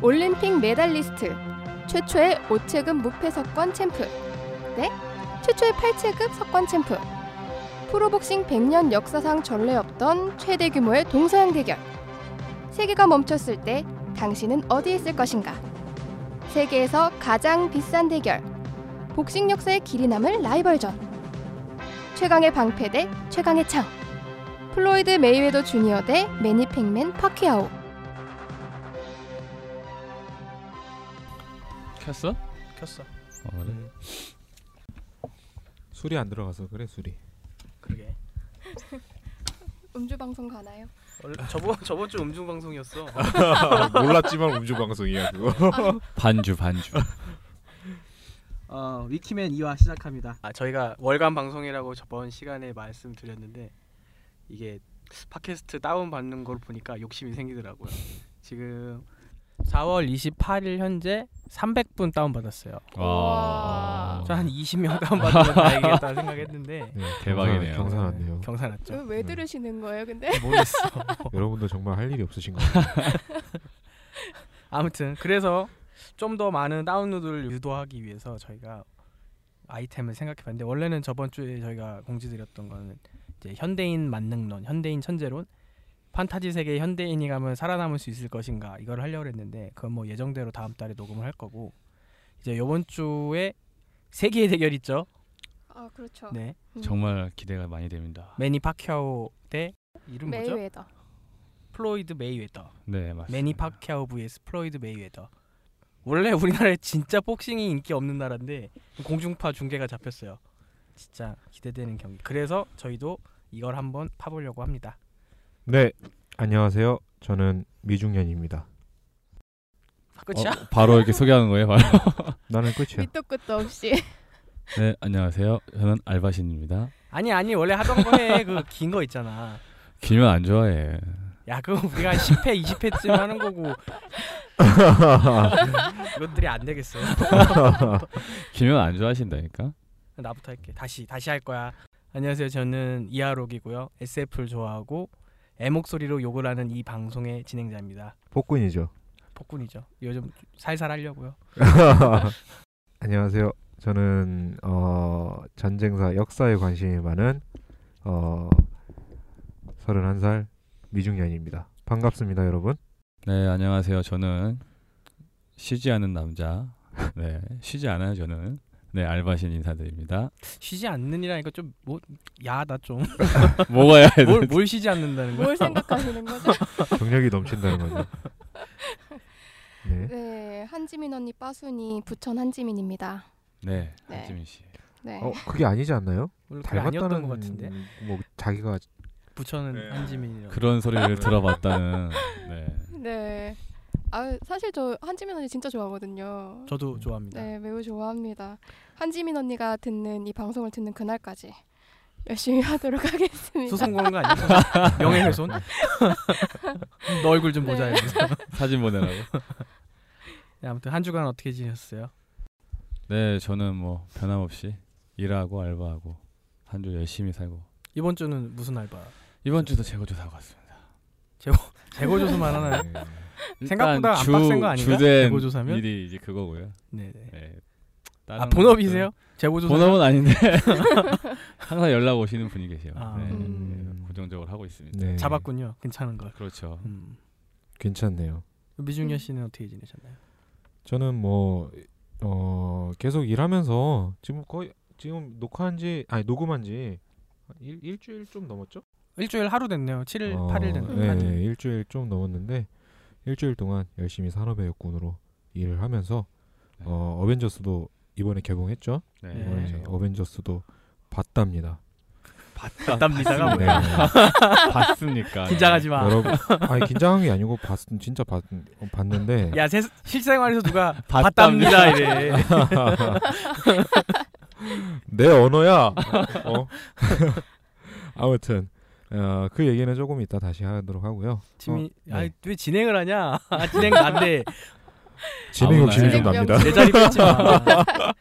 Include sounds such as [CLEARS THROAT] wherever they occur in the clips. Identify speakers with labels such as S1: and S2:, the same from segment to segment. S1: 올림픽 메달리스트 최초의 5체급 무패 석권 챔프 네? 최초의 8체급 석권 챔프 프로복싱 100년 역사상 전례 없던 최대 규모의 동서양 대결 세계가 멈췄을 때 당신은 어디에 있을 것인가 세계에서 가장 비싼 대결 복싱 역사에 길이 남을 라이벌전 최강의 방패 대 최강의 창 플로이드 메이웨더 주니어 대 매니 팩맨 파퀴아오
S2: 켰어?
S3: 켰어.
S2: 그래?
S4: 술이 안 들어가서 그래 술이.
S3: 그러게.
S1: 음주 방송 가나요?
S5: [LAUGHS]
S3: 원래 저번 저번 주 음중 방송이었어.
S4: 아, 몰랐지만 음주 방송이야 그거.
S2: 반주 반주.
S5: 어, 위키맨 2화 시작합니다.
S3: 아 저희가 월간 방송이라고 저번 시간에 말씀드렸는데 이게 팟캐스트 다운 받는 걸 보니까 욕심이 생기더라고요. 지금 4월 28일 현재 300분 다운 받았어요.
S2: 아.
S1: 와.
S3: 저 한 20명
S5: [LAUGHS]
S3: 다운 받으면 다행이겠다 생각했는데
S4: [LAUGHS] 네,
S2: 대박이네요.
S4: 경사 났네요.
S3: 경사 났죠.
S1: 왜
S4: 네.
S1: 들으시는 거예요, 근데?
S3: 모르겠어.
S4: [LAUGHS] 여러분도 정말 할 일이 없으신 것 같아요.
S3: 아무튼 그래서 좀 더 많은 다운로드를 유도하기 위해서 저희가 아이템을 생각해봤는데 원래는 저번 주에 저희가 공지드렸던 거는 이제 현대인 만능론, 현대인 천재론, 판타지 세계 의 현대인이 가면 살아남을 수 있을 것인가 이걸 하려고 했는데 그건 뭐 예정대로 다음 달에 녹음을 할 거고 이제 이번 주에 세계의 대결 있죠.
S1: 아, 그렇죠.
S3: 네,
S1: 음.
S2: 정말 기대가 많이 됩니다.
S3: 매니 파키아오 대 이름 뭐죠?
S1: 메이웨더.
S3: 플로이드 메이웨더.
S2: 네 맞습니다.
S3: 매니 파키아오 vs 플로이드 메이웨더. 원래 우리나라에 진짜 복싱이 인기 없는 나라인데 공중파 중계가 잡혔어요. 진짜 기대되는 경기. 그래서 저희도 이걸 한번 파보려고 합니다.
S4: 네 안녕하세요. 저는 미중년입니다.
S3: 끝이야?
S2: 어, 바로 이렇게 소개하는 거예요. 바로.
S4: 나는 끝이야.
S1: 밑도 끝도 없이.
S2: 네 안녕하세요. 저는 알바신입니다.
S3: 아니 아니 원래 하던 [LAUGHS] 거에 그긴 거 있잖아.
S2: 길면 안 좋아해.
S3: 야 그거 우리가 한 10회 20회쯤 하는 [LAUGHS] 거고 이것들이 안 되겠어요.
S2: 길면 안 좋아하신다니까.
S3: 나부터 할게. 다시 다시 할 거야. 안녕하세요. 저는 이하록이고요. SF를 좋아하고 애 목소리로 욕을 하는 이 방송의 진행자입니다. [LAUGHS]
S4: 복근이죠.
S3: 폭군이죠. 요즘 살살 하려고요.
S4: 안녕하세요. 저는 어, 전쟁사 역사에 관심이 많은 어, 31살 미중년입니다. 반갑습니다, 여러분.
S2: 네 안녕하세요. 저는 쉬지 않는 남자. [LAUGHS] 네 쉬지 않아요 저는. 네 알바신 인사드립니다.
S3: 쉬지 않는이라니까 좀 뭐 야하다
S4: [LAUGHS]
S3: 좀.
S2: 뭐가야?
S3: [LAUGHS] 뭘, 뭘 쉬지 않는다는 거야?
S1: 뭘 생각하시는 거죠?
S4: 경력이
S3: [LAUGHS]
S4: 넘친다는 거죠. 네.
S1: 네, 한지민 언니 빠순이 부천 한지민입니다.
S2: 네
S1: 네.
S2: 한지민 씨.
S1: 네.
S4: 어, 그게 아니지 않나요?
S3: 원래 그게 아니었던
S4: 닮았다는
S3: 것 같은데.
S4: 뭐 자기가
S3: 부천은
S2: 네.
S3: 한지민이라고.
S2: 그런 소리를 들어봤다는. 네.
S1: 네. 아, 사실 저 한지민 언니 진짜 좋아하거든요.
S3: 저도 좋아합니다.
S1: 네, 매우 좋아합니다. 한지민 언니가 듣는 이 방송을 듣는 그날까지 열심히 [LAUGHS] 하도록 하겠습니다.
S3: 소송 거는 거 아니야? [LAUGHS]
S1: [LAUGHS]
S3: 명예훼손? 너 얼굴 좀 보자.
S1: 네.
S3: 이러면서.
S2: 사진 보내라고.
S3: 네, 아무튼 한 주간 어떻게 지냈어요?
S2: 네, 저는 뭐 변함없이 일하고 알바하고 한 주 열심히 살고
S3: 이번 주는 무슨 알바?
S2: 이번 주도 재고조 사고 왔습니다.
S3: 재고 조사만
S4: [LAUGHS]
S3: 하나요? [LAUGHS]
S4: 네.
S3: 생각보다 안 빡센 거 아닌가?
S2: 주된
S3: 재고 조사면?
S2: 일이 이제 그거고요.
S3: 네.
S2: 네.
S3: 아
S2: 다른
S3: 본업이세요?
S4: 그
S3: 재고
S2: 것들-
S3: 조사.
S2: 본업은 아닌데 [LAUGHS] 항상 연락 오시는 분이 계세요.
S3: 아,
S2: 네.
S1: 음.
S2: 네, 고정적으로 하고 있습니다.
S4: 네.
S3: 잡았군요. 괜찮은 걸.
S2: 그렇죠.
S3: 음.
S4: 괜찮네요.
S1: 음.
S3: 미중현 씨는 어떻게 지내셨나요?
S4: 저는 뭐 어, 계속 일하면서 지금 거의 지금 녹화한 지 아니 녹음한 지 일, 일주일 좀 넘었죠?
S3: 일주일 하루 됐네요. 7일, 8일 됐네요.
S4: 네,
S3: 8일.
S4: 네, 일주일 좀 넘었는데 일주일 동안 열심히 산업의 역군으로 일을 하면서
S2: 네.
S4: 어, 어벤져스도 이번에 개봉했죠. 뭐
S2: 네.
S3: 네.
S4: 이번에
S2: 그렇죠.
S4: 어벤져스도 봤답니다.
S3: 아, 답답니다가
S4: 네.
S2: 어, 봤습니까?
S3: [LAUGHS] 긴장하지 마.
S4: 여러분, 아니 긴장한 게 아니고 봤 진짜 봤, 봤는데
S3: 야 세, 실생활에서 누가
S2: [LAUGHS] 봤답니다.
S3: 봤답니다
S2: 어, [LAUGHS]
S3: 이래.
S4: 내 언어야. 어? [LAUGHS] 아무튼 어, 그 얘기는 조금 이따 다시 하도록 하고요.
S3: 지민
S4: 어,
S3: 아니
S4: 네.
S3: 왜 진행을 하냐? [LAUGHS] 아, 진행 안 돼.
S2: 진행
S4: 진행
S2: 욕심이
S4: 욕심이
S2: 좀
S4: 좀
S1: 납니다.
S4: 납니다.
S3: 내 자리 뺏지 마.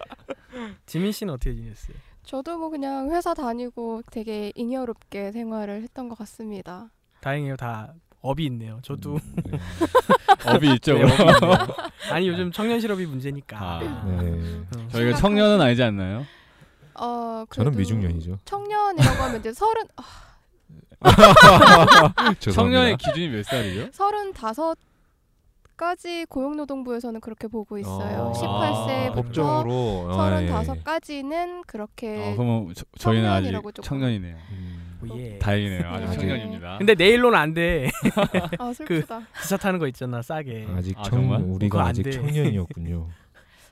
S3: [LAUGHS] 지민 씨는 어떻게 지냈어요?
S1: 저도 뭐 그냥 회사 다니고 되게 잉여롭게 생활을 했던 것 같습니다.
S3: 다행이에요. 다 업이 있네요. 저도
S2: 네. 업이 있죠.
S3: 네,
S2: 그럼.
S3: 업이 있네요. 아니 요즘 청년 실업이 문제니까.
S2: 아.
S4: 네.
S3: 어.
S2: [LAUGHS] 저희가 청년은 아니지 않나요?
S1: 어, 그래도
S4: 저는 미중년이죠.
S1: 청년이라고 하면 이제 서른 아,
S2: 청년의 기준이 몇 살이죠?
S1: 서른 다섯까지 고용노동부에서는 그렇게 보고 있어요.
S4: 아,
S1: 18세부터
S4: 법정으로 어, 예, 예.
S1: 35까지는
S2: 어,
S1: 그렇게
S2: 그러면 저, 저희는 아직
S1: 네. 청년이라고 조금.
S2: 청년이네요.
S4: 음.
S3: 예.
S2: 다행이네요. 아직
S4: 네.
S2: 청년입니다.
S3: 근데 내일로는 안 돼. [LAUGHS]
S1: 아 슬프다.
S3: 기차 타는 거 있잖아 싸게.
S4: 아직
S2: 아,
S4: 청
S2: 정말?
S3: 그거
S4: 우리가
S3: 안
S4: 아직
S3: 돼.
S4: 청년이었군요.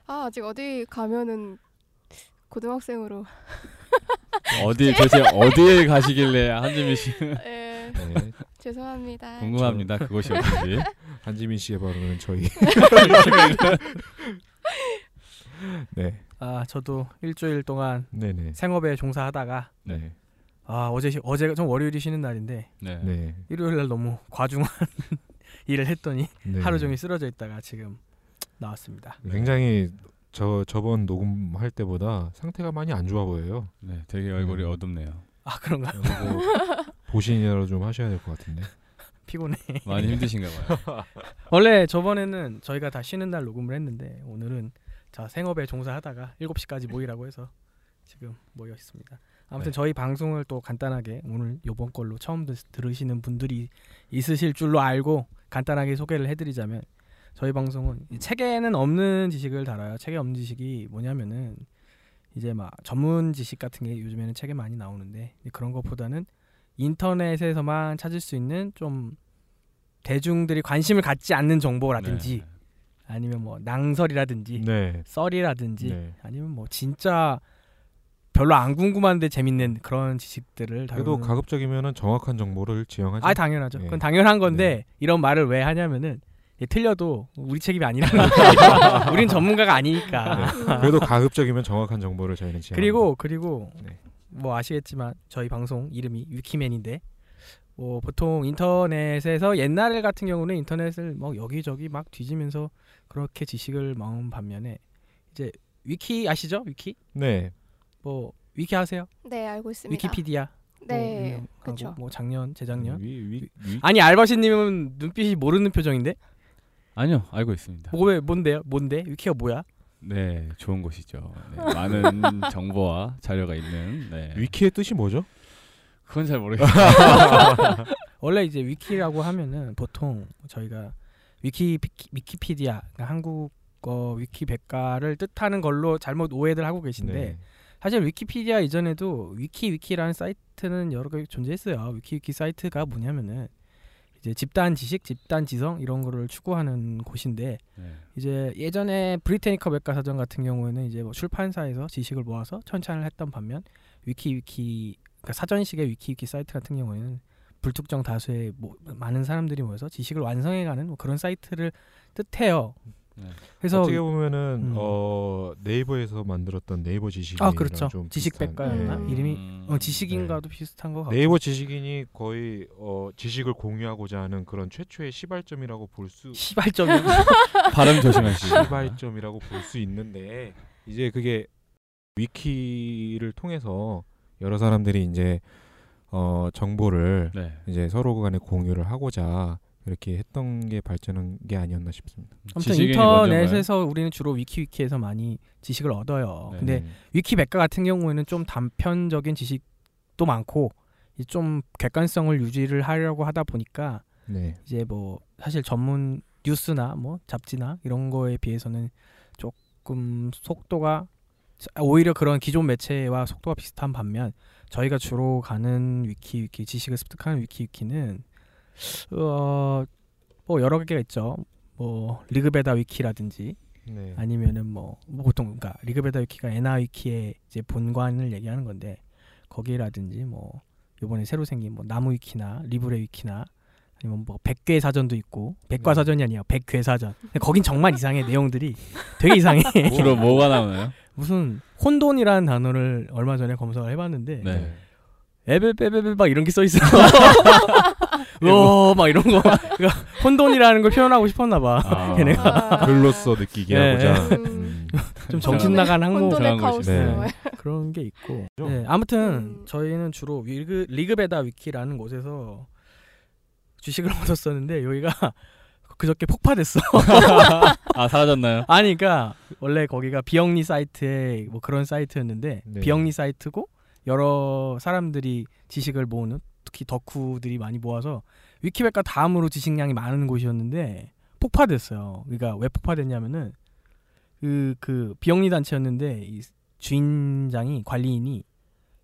S1: 아 아직 어디 가면은 고등학생으로
S2: 어디 도대체 어디에 가시길래 한지민 씨 [LAUGHS]
S1: 예
S4: 네.
S1: 죄송합니다.
S2: 궁금합니다. 그곳이 어딘지.
S4: 한지민 씨의 발언은 저희. 네,
S3: 아 저도 일주일 동안
S4: 네, 네,
S3: 생업에 종사하다가
S4: 네,
S3: 아 어제 시- 어제가 좀 월요일이 쉬는 날인데
S2: 네.
S4: 네.
S3: 일요일 날 너무 [LAUGHS] 과중한 일을 했더니
S4: 네.
S3: 하루 종일 쓰러져 있다가 지금 나왔습니다.
S4: 굉장히 저 저번 녹음할 때보다 상태가 많이 안 좋아 보여요.
S2: 네, 되게 얼굴이
S4: 음.
S2: 어둡네요.
S3: 아 그런가?
S4: 그리고 보신이라도 좀 하셔야 될 것 같은데.
S3: [LAUGHS] 피곤해.
S2: 많이 힘드신가 봐요.
S3: 원래 저번에는 저희가 다 쉬는 날 녹음을 했는데 오늘은 자 생업에 종사하다가
S2: [LAUGHS]
S3: 7시까지 모이라고 해서 지금 모여 있습니다. 아무튼
S2: 네.
S3: 저희 방송을 또 간단하게 오늘 요번 걸로 처음 드, 들으시는 분들이 있으실 줄로 알고 간단하게 소개를 해드리자면 저희 방송은 이 책에는 없는 지식을 다뤄요. 책에 없는 지식이 뭐냐면은 이제 막 전문 지식 같은 게 요즘에는 책에 많이 나오는데 그런 것보다는 인터넷에서만 찾을 수 있는 좀 대중들이 관심을 갖지 않는 [LAUGHS] 정보라든지
S2: 네.
S3: 아니면 뭐 낭설이라든지
S4: 네.
S3: 썰이라든지
S4: 네.
S3: 아니면 뭐 진짜 별로 안 궁금한데 재밌는 그런 지식들을
S4: 그래도
S3: 다루는
S4: 가급적이면은 정확한 정보를 지향하지.
S3: 아 당연하죠.
S4: 네.
S3: 그건 당연한 건데 이런 말을 왜 하냐면은 이게 틀려도 우리 책임이
S4: [LAUGHS]
S3: 아니라 우린 전문가가 아니니까.
S4: 네. [LAUGHS] 그래도 가급적이면 정확한 정보를 저희는 지향.
S3: 그리고 그리고
S4: 네.
S3: 뭐 아시겠지만 저희 방송 이름이 위키맨인데 뭐 보통 인터넷에서 옛날 같은 경우는 인터넷을 뭐 여기저기 막 뒤지면서 그렇게 지식을 모은 반면에 이제 위키 아시죠? 위키?
S4: 네.
S3: 뭐 위키 하세요?
S1: 네 알고 있습니다.
S3: 위키피디아. 뭐
S1: 네
S3: 유명하고 [LAUGHS]
S1: 그렇죠.
S3: 뭐 작년,
S2: 음.
S3: 재작년.
S4: 위, 위, 위.
S3: 아니 알바시님은 눈빛이 모르는 표정인데
S2: 아니요, 알고 있습니다.
S3: 뭐왜 뭔데요? 뭔데? 위키가 뭐야?
S2: 네, 좋은 곳이죠.
S3: [LAUGHS]
S2: 네, 많은 정보와 자료가 있는. 네.
S4: 위키의 뜻이 뭐죠?
S2: 그건
S3: [LAUGHS]
S2: 잘 모르겠어요.
S3: 원래 이제 위키라고 하면은 보통 저희가 위키 피키- 위키피디아 그러니까 한국어 위키백과를 뜻하는 걸로 잘못 오해들 하고 계신데
S4: 네.
S3: 사실 위키피디아 이전에도 위키 위키라는 사이트는 여러 개 존재했어요. 위키 위키 사이트가 뭐냐면은 이제 집단 지식, 집단 지성 이런 거를 추구하는 곳인데
S2: 네.
S3: 이제 예전에 브리테니커 백과 사전 같은 경우에는 이제 뭐 출판사에서 지식을 모아서 천찬을 했던 반면 위키 위키 그러니까 사전식의 위키 위키 사이트 같은 경우에는 불특정 다수의 뭐, 많은 사람들이 모여서 지식을 완성해가는 뭐 그런 사이트를 뜻해요.
S2: 네.
S3: 그래서
S4: 어떻게 보면은
S3: 음.
S4: 어, 네이버에서 만들었던 네이버 지식인
S3: 아, 그렇죠. 지식 백과였나?
S1: 음.
S3: 이름이
S2: 음.
S3: 어, 지식인과도 비슷한 것 같고
S4: 네. 네이버 지식인이 거의 어, 지식을 공유하고자 하는 그런 최초의 시발점이라고 볼 수
S2: [LAUGHS]
S3: 시발점이 [LAUGHS]
S2: 발음 조심하시고.
S4: 시발점이라고 볼 수 있는데 이제 그게 위키를 통해서 여러 사람들이 이제 어, 정보를
S2: 네.
S4: 이제 서로 간에 공유를 하고자 이렇게 했던 게 발전한 게 아니었나 싶습니다.
S3: 아무튼
S2: 지식인이 먼저인가요?
S3: 인터넷에서 우리는 주로 위키위키에서 많이 지식을 얻어요.
S2: 네.
S3: 근데
S4: 음.
S3: 위키백과 같은 경우에는 좀 단편적인 지식도 많고 이좀 객관성을 유지를 하려고 하다 보니까
S4: 네.
S3: 이제 뭐 사실 전문 뉴스나 뭐 잡지나 이런 거에 비해서는 조금 속도가 오히려 그런 기존 매체와 속도가 비슷한 반면 저희가 주로 가는 위키 위키 지식을 습득하는 위키 위키는 어뭐 여러 개가 있죠. 뭐 리그베다 위키라든지
S4: 네.
S3: 아니면은 뭐, 뭐 보통 그러니까 리그베다 위키가 에나 위키의 이제 본관을 얘기하는 건데 거기라든지 뭐 요번에 새로 생긴 뭐 나무 위키나 리브레 위키나 아니면 뭐 백괴 사전도 있고 백과
S4: 네.
S3: 사전이 아니야 백괴 사전 근데 거긴 정말 이상해 내용들이 되게
S4: [LAUGHS]
S3: 이상해
S2: 주로 뭐가 나오나요?
S3: 무슨 혼돈이라는 단어를 얼마 전에 검색을 해봤는데
S2: 네.
S3: 에베베베베 막 이런 게 써
S4: [LAUGHS]
S3: 있어. 어막 이런 거. 그러니까 혼돈이라는 걸 표현하고 싶었나 봐.
S2: 아,
S3: 걔네가
S1: 아,
S4: 글로써 느끼게
S3: 예,
S4: 하고자.
S1: 예.
S4: 음.
S3: 좀 정신 나간 항목
S2: 혼돈의
S1: 혼돈의
S2: 정한 것이
S1: 카오스.
S4: 있어요.
S1: 네.
S3: 그런 게 있고.
S4: 그죠?
S3: 네, 아무튼
S1: 음.
S3: 저희는 주로 리그, 리그베다 위키라는 곳에서 주식을 [LAUGHS] 얻었었는데 여기가 [LAUGHS] 그저께 폭파됐어.
S2: 아 사라졌나요?
S3: 아니 그러니까 원래 거기가 비영리 사이트의 뭐 그런 사이트였는데
S4: 네.
S3: 비영리 사이트고 여러 사람들이 지식을 모으는 특히 덕후들이 많이 모아서 위키백과 다음으로 지식량이 많은 곳이었는데 폭파됐어요. 그러니까 왜 폭파됐냐면은 그, 그 비영리 단체였는데 이 주인장이 관리인이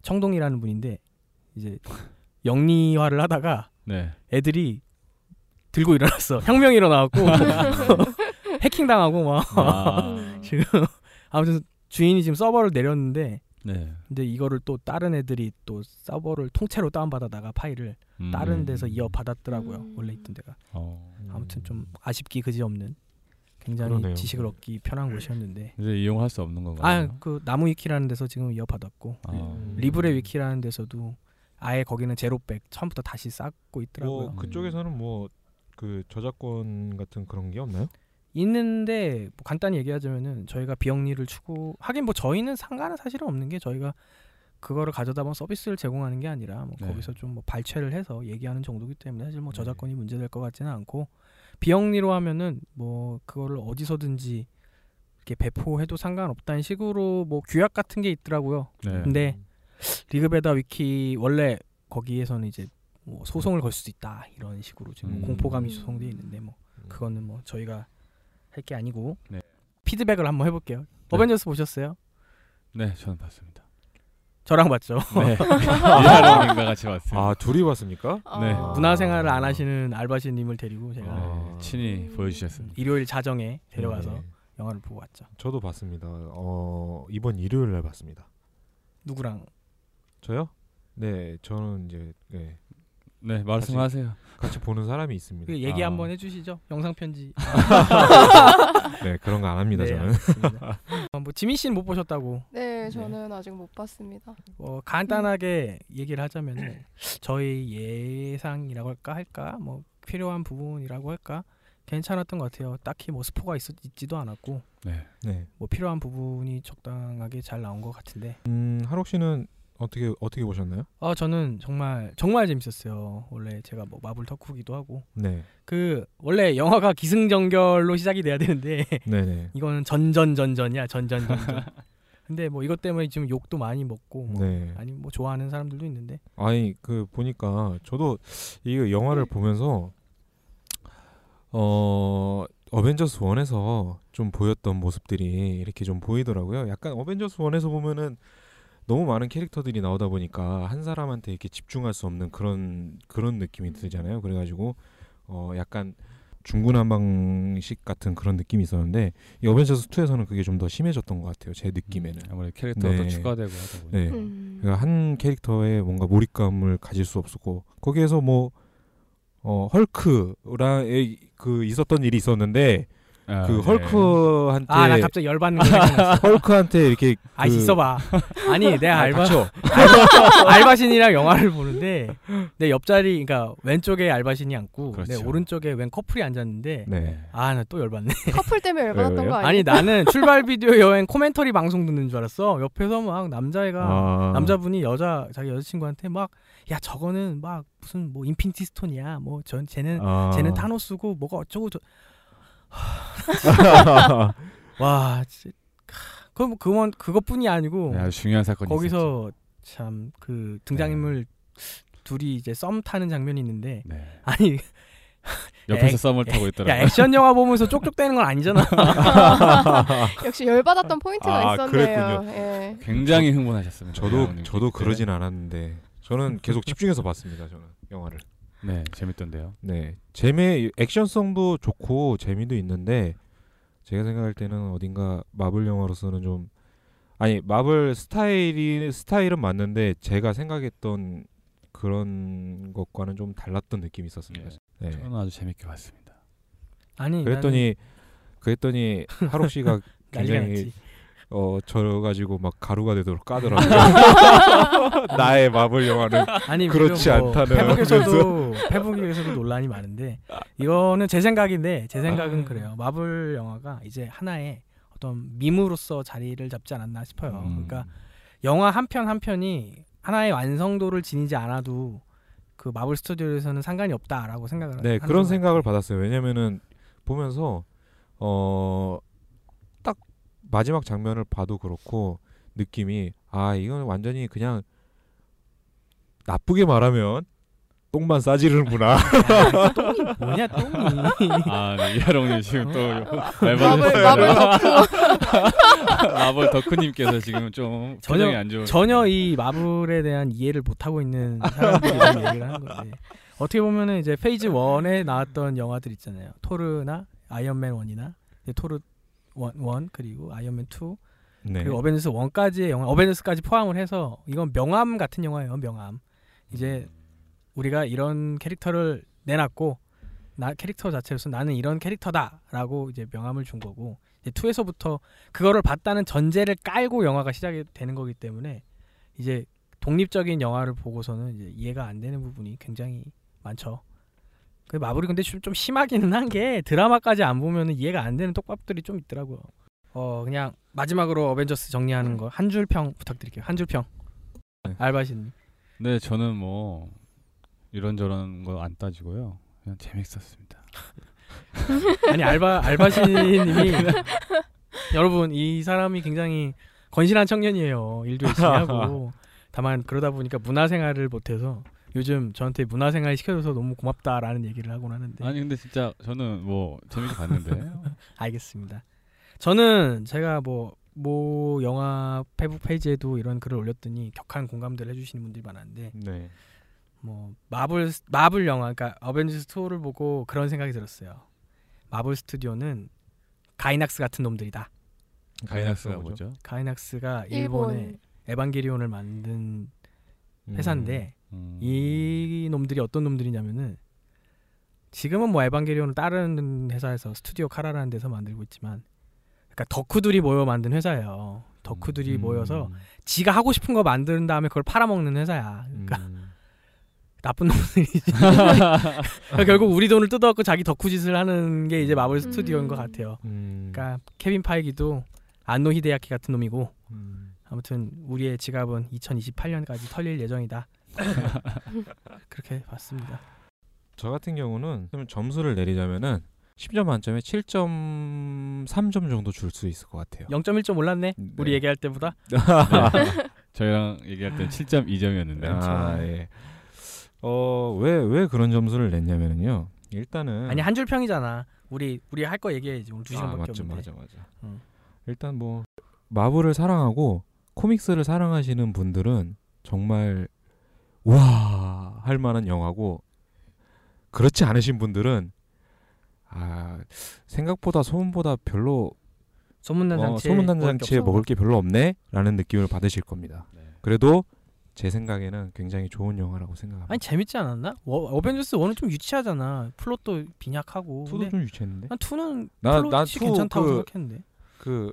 S3: 청동이라는 분인데 이제 영리화를 하다가
S2: 네.
S3: [LAUGHS] 애들이 들고 일어났어. 혁명이 일어나갖고 [LAUGHS] 해킹 당하고 막
S2: 아,
S1: 음.
S3: 지금 [LAUGHS] 아무튼 주인이 지금 서버를 내렸는데
S2: 네.
S3: 근데 이거를 또 다른 애들이 또 서버를 통째로 다운받아다가 파일을
S2: 음.
S3: 다른 데서 이어받았더라고요
S1: 음.
S3: 원래 있던 데가
S2: 어.
S4: 음.
S3: 아무튼 좀 아쉽기 그지없는 굉장히
S4: 그러네요.
S3: 지식을 얻기 편한 곳이었는데
S2: 이제 이용할 수 없는 건가요?
S3: 아그 나무 위키라는 데서 지금 이어받았고
S2: 아.
S3: 리브레
S4: 음.
S3: 위키라는 데서도 아예 거기는 제로백 처음부터 다시 쌓고 있더라고요
S4: 뭐 그쪽에서는 뭐 그 저작권 같은 그런 게 없나요?
S3: 있는데 뭐 간단히 얘기하자면은 저희가 비영리를 추구 하긴 뭐 저희는 상관은 사실은 없는 게 저희가 그거를 가져다 보면 서비스를 제공하는 게 아니라 뭐
S2: 네.
S3: 거기서 좀 뭐 발췌를 해서 얘기하는 정도기 때문에 사실 뭐
S4: 네.
S3: 저작권이 문제될 것 같지는 않고 비영리로 하면은 뭐 그거를 어디서든지 이렇게 배포해도 상관없다는 식으로 뭐 규약 같은 게 있더라고요.
S2: 네.
S3: 근데 리그베다 위키 원래 거기에서는 이제 뭐 소송을 걸 수도 있다 이런 식으로 지금 뭐
S2: 음.
S3: 공포감이 조성돼 있는데 뭐
S4: 음.
S3: 그거는 뭐 저희가 할 게 아니고
S2: 네.
S3: 피드백을 한번 해볼게요.
S4: 네.
S3: 어벤져스 보셨어요?
S2: 네, 저는 [LAUGHS] 봤습니다.
S3: 저랑 봤죠.
S2: 네. 이하령님과 같이 봤습니다.
S4: 아 둘이 봤습니까?
S2: 네.
S1: 어.
S3: [LAUGHS] 문화생활을 안 하시는 알바시님을 데리고 제가
S4: 아.
S2: 네, 친히
S3: 음.
S2: 보여주셨습니다.
S3: 일요일 자정에 데려가서
S4: 네.
S3: 영화를 보고 왔죠.
S4: 저도 봤습니다. 어 이번 일요일 날 봤습니다.
S3: 누구랑?
S4: 저요? 네, 저는 이제 네,
S2: 네, 말씀하세요.
S4: 같이 보는 사람이 있습니다.
S3: 그 얘기
S2: 아.
S3: 한번 해주시죠. 영상 편지.
S4: 네, 그런 거 안 [LAUGHS] 합니다.
S3: 네,
S4: 저는. [LAUGHS]
S3: 알겠습니다. 어, 뭐 지민 씨는 못 보셨다고.
S1: 네, 저는 아직 못 봤습니다.
S3: 어, 간단하게 얘기를 하자면
S4: [CLEARS THROAT]
S3: 저희 예상이라고 할까 할까 뭐 필요한 부분이라고 할까 괜찮았던 것 같아요. 딱히 뭐 스포가 있, 있지도 않았고
S4: 네.
S3: 뭐 필요한 부분이 적당하게 잘 나온 것 같은데
S4: 음, 하록 씨는 어떻게 어떻게 보셨나요?
S3: 어 저는 정말 정말 재밌었어요 원래 제가 뭐 마블 덕후기도 하고
S4: 네.
S3: 그 원래 영화가 기승전결로 시작이 돼야 되는데 [LAUGHS]
S4: 네, 네.
S3: 이거는 전전전전이야 전전전전 근데 뭐 이것 때문에 지금 욕도 많이 먹고 뭐
S4: 네.
S3: 아니 뭐 좋아하는 사람들도 있는데
S4: 아니 그 보니까 저도 이 영화를 보면서 어 어벤져스 1에서 좀 보였던 모습들이 이렇게 좀 보이더라고요. 약간 어벤져스 1에서 보면은 너무 많은 캐릭터들이 나오다 보니까 한 사람한테 이렇게 집중할 수 없는 그런 그런 느낌이 들잖아요. 그래가지고 어 약간 중구난방식 같은 그런 느낌이 있었는데 이 어벤져스 2에서는 그게 좀 더 심해졌던 것 같아요. 제 느낌에는.
S2: 음, 아무래도 캐릭터도
S4: 네.
S2: 추가되고 하다 보니.
S4: 네.
S1: 음.
S4: 그러니까 한 캐릭터에 뭔가 몰입감을 가질 수 없었고 거기에서 뭐 어, 헐크랑 의그 있었던 일이 있었는데
S2: 아,
S4: 그
S2: 네.
S4: 헐크한테
S3: 아 나 갑자기 열받는 거
S4: [LAUGHS]
S3: 생각났어
S4: 헐크한테 이렇게
S3: [LAUGHS] 아 있어봐 아니 내 알바
S4: 닥쳐.
S3: 알바, 알바신이랑 영화를 보는데 내 옆자리 그러니까 왼쪽에 알바신이 앉고 내
S2: 그렇죠.
S3: 오른쪽에 웬 커플이 앉았는데
S4: 네.
S3: 아 나 또 열받네
S1: 커플 때문에 열받았던
S4: 왜요?
S1: 거
S3: 아니
S1: 아니에요? 예.
S3: 나는 출발 비디오 여행 코멘터리 방송 듣는 줄 알았어 옆에서 막 남자애가
S4: 아.
S3: 남자분이 여자 자기 여자친구한테 막 야 저거는 막 무슨 뭐 인피니티 스톤이야 뭐 전 쟤는
S4: 아.
S3: 쟤는 타노스고 뭐가 어쩌고
S4: [LAUGHS]
S3: 저 와, 진짜 캬, 그건 그건 그것뿐이 아니고
S2: 네, 아주 중요한 사건이 있었죠.
S3: 거기서 참 그 등장인물
S4: 네.
S3: 둘이 이제 썸 타는 장면이 있는데
S2: 네.
S3: 아니
S2: 옆에서
S3: 액-
S2: 썸을 타고
S3: 야
S2: 있더라고요.
S3: 액션 영화 보면서 쪽쪽대는 건
S4: [LAUGHS]
S3: 아니잖아
S1: 역시 열받았던 포인트가
S4: 아,
S1: 있었네요. 예.
S2: 굉장히 흥분하셨습니다.
S4: 저도
S2: 양원님.
S4: 저도
S2: 네.
S4: 그러진 않았는데 저는 계속 집중해서 봤습니다. 저는 영화를.
S2: 네, 재밌던데요.
S4: 네. 재미 액션성도 좋고 재미도 있는데 제가 생각할 때는 어딘가 마블 영화로서는 좀 아니 마블 스타일이 스타일은 맞는데 제가 생각했던 그런 것과는 좀 달랐던 느낌이 있었습니다.
S3: 예.
S4: 네.
S2: 저는 아주 재밌게 봤습니다.
S3: 아니
S4: 그랬더니 그랬더니 하록 씨가
S3: 나는 [LAUGHS] 난리가
S4: 굉장히
S3: 났지
S4: 어 저러 가지고 막 가루가 되도록 까더라고요.
S3: [LAUGHS]
S4: [LAUGHS] 나의 마블 영화는
S3: 아니
S4: 그렇지
S3: 물론 뭐
S4: 않다는
S3: 페북에서도 페북에서도 논란이 많은데 이거는 제 생각인데
S4: 아.
S3: 제 생각은 그래요. 마블 영화가 이제 하나의 어떤 밈으로서 자리를 잡지 않았나 싶어요.
S2: 음.
S3: 그러니까 영화 한 편 한 편이 하나의 완성도를 지니지 않아도 그 마블 스튜디오에서는 상관이 없다라고 생각을
S4: 네
S3: 하는
S4: 그런
S3: 것
S4: 생각을
S3: 같아요.
S4: 받았어요. 왜냐면은 보면서 어 딱 마지막 장면을 봐도 그렇고 느낌이 아 이건 완전히 그냥 나쁘게 말하면 똥만 싸지르는구나.
S3: 뭐냐 똥이
S2: 아, 네, 이하롱님 지금 또
S1: 마블 마블
S2: 덕후
S1: 덕후
S2: 마블 덕후님께서 지금 좀
S3: 전혀-
S2: 표정이 안 좋은.
S3: 전혀 이 마블에 대한 이해를 못 하고 있는 사람들이 이런 얘기를 하는 건데 어떻게 보면은 이제 페이지 1에 나왔던 영화들 있잖아요. 토르나 아이언맨 1이나 토르 1, 1 그리고 아이언맨 2
S4: [LAUGHS] 네.
S3: 그리고 어벤져스 1까지의 영화 어벤져스까지 포함을 해서 이건 명함 같은 영화예요. 명함. 이제 우리가 이런 캐릭터를 내놨고 나 캐릭터 자체로서 나는 이런 캐릭터다라고 이제 명함을 준 거고 이제 2에서부터 그거를 봤다는 전제를 깔고 영화가 시작이 되는 거기 때문에 이제 독립적인 영화를 보고서는 이제 이해가 안 되는 부분이 굉장히 많죠. 그 마블이 근데 좀, 좀 심하기는 한 게 드라마까지 안 보면 이해가 안 되는 똑밥들이 좀 있더라고요. 어 그냥 마지막으로 어벤져스 정리하는 거 한 줄 평 부탁드릴게요. 한 줄 평.
S2: 네.
S3: 알바신님.
S2: 네, 저는 뭐 이런저런 거 안 따지고요. 그냥 재밌었습니다.
S3: 아니 알바
S2: [LAUGHS]
S3: 알바신님이 여러분 이 사람이 굉장히 건실한 청년이에요. 일도 열심히
S2: [LAUGHS]
S3: 하고 다만 그러다 보니까 문화생활을 못해서 요즘 저한테 문화생활 시켜줘서 너무 고맙다라는 얘기를 하곤 하는데
S2: 아니 근데 진짜 저는 뭐 재밌게 봤는데
S3: 알겠습니다. 저는 제가 뭐, 뭐 영화 페북 페이지에도 이런 글을 올렸더니 격한 공감들 해주시는 분들이 많았는데
S4: 네.
S3: 뭐 마블 마블 영화 그러니까 어벤져스 2를 보고 그런 생각이 들었어요. 마블 스튜디오는 가이낙스 같은 놈들이다.
S2: 가이낙스가 뭐죠?
S3: 가이낙스가 일본의
S1: 일본
S3: 에반게리온을 만든
S4: 음.
S3: 어, 회사인데
S2: 음.
S3: 이 놈들이 어떤 놈들이냐면은 지금은 뭐 에반게리온을 다른 회사에서 스튜디오 카라라는 데서 만들고 있지만 그러니까 덕후들이 모여 만든 회사예요. 덕후들이
S4: 음.
S3: 모여서 지가 하고 싶은 거 만든 다음에 그걸 팔아먹는 회사야. 그러니까
S4: 음.
S3: 나쁜
S4: [LAUGHS]
S3: 놈들이지. 그러니까 결국 우리 돈을 뜯어갖고 자기 덕후 짓을 하는 게 이제 마블 스튜디오인 것
S1: 음.
S3: 같아요.
S4: 음.
S3: 그러니까 케빈 파이기도 안노 히데야키 같은 놈이고
S4: 음.
S3: 아무튼 우리의 지갑은 2028년까지 털릴 예정이다. [LAUGHS] 그렇게 봤습니다.
S4: 저 같은 경우는 좀 점수를 내리자면은 10점 만점에 7.3점 정도 줄 수 있을 것 같아요.
S3: 0.1점 올랐네.
S4: 네.
S3: 우리 얘기할 때보다.
S4: [LAUGHS]
S3: 네.
S2: 저희랑 얘기할 때 7.2점이었는데
S3: 그렇죠.
S4: 아, 예. 어, 왜, 왜 그런 점수를 냈냐면은요. 일단은.
S3: 아니 한 줄 평이잖아. 우리 우리 할 거 얘기해야지. 오늘 두
S4: 네. 아,
S3: 시간밖에
S4: 맞죠,
S3: 없는데.
S4: 맞아, 맞아.
S3: 음.
S4: 일단 뭐, 마블을 사랑하고 코믹스를 사랑하시는 분들은 정말, 와, 할 만한 영화고, 그렇지 않으신 분들은, 아, 생각보다 소음보다 별로
S3: 소문난
S4: 어,
S3: 장치.
S4: 소문난 장치에 먹을 게 별로 없네라는 느낌을 받으실 겁니다. 그래도 제 생각에는 굉장히 좋은 영화라고 생각합니다.
S3: 아니 재밌지 않았나? 워, 어벤져스 1은 좀 유치하잖아. 플롯도 빈약하고.
S4: 투도 좀 유치했는데.
S3: 난 2는
S4: 나-
S3: 플롯이
S4: 난
S3: 괜찮다고
S4: 투 그-
S3: 생각했는데.
S4: 그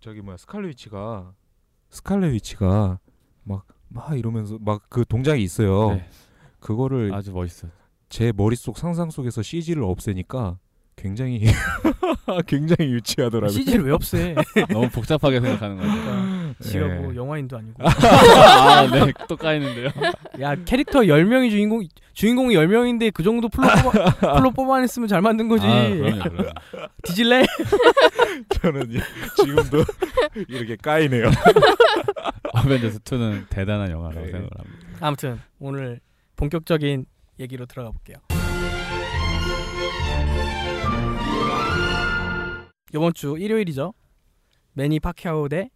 S4: 저기 뭐야 스칼렛위치가 스칼렛위치가 막 막 이러면서 막 그 동작이 있어요.
S2: 네.
S4: 그거를
S2: 아주 멋있어.
S4: 제 머릿속 상상 속에서 CG를 없애니까 굉장히 [LAUGHS] 굉장히 유치하더라고요.
S3: CG를 왜
S4: [LAUGHS]
S3: 없애?
S2: 아, 너무 복잡하게 생각하는
S3: [LAUGHS]
S2: 거 같아요.
S3: 지가
S4: 예.
S3: 뭐 영화인도 아니고.
S2: 아, 네, 또 까이는데요.
S3: 야 캐릭터 10명이 주인공 주인공이 10명인데 그 정도 플롯
S4: [LAUGHS]
S3: 뽑아, 플롯 뽑아냈으면 잘 만든 거지.
S2: 아, 그럼요, 그럼요.
S3: 뒤질래? [LAUGHS]
S4: 저는 이- 지금도 이렇게 까이네요.
S2: 어벤져스 2는 대단한 영화라고
S4: 네.
S2: 생각을 합니다.
S3: 아무튼 오늘 본격적인 얘기로 들어가 볼게요. 이번 주 일요일이죠. 매니 파키아오 대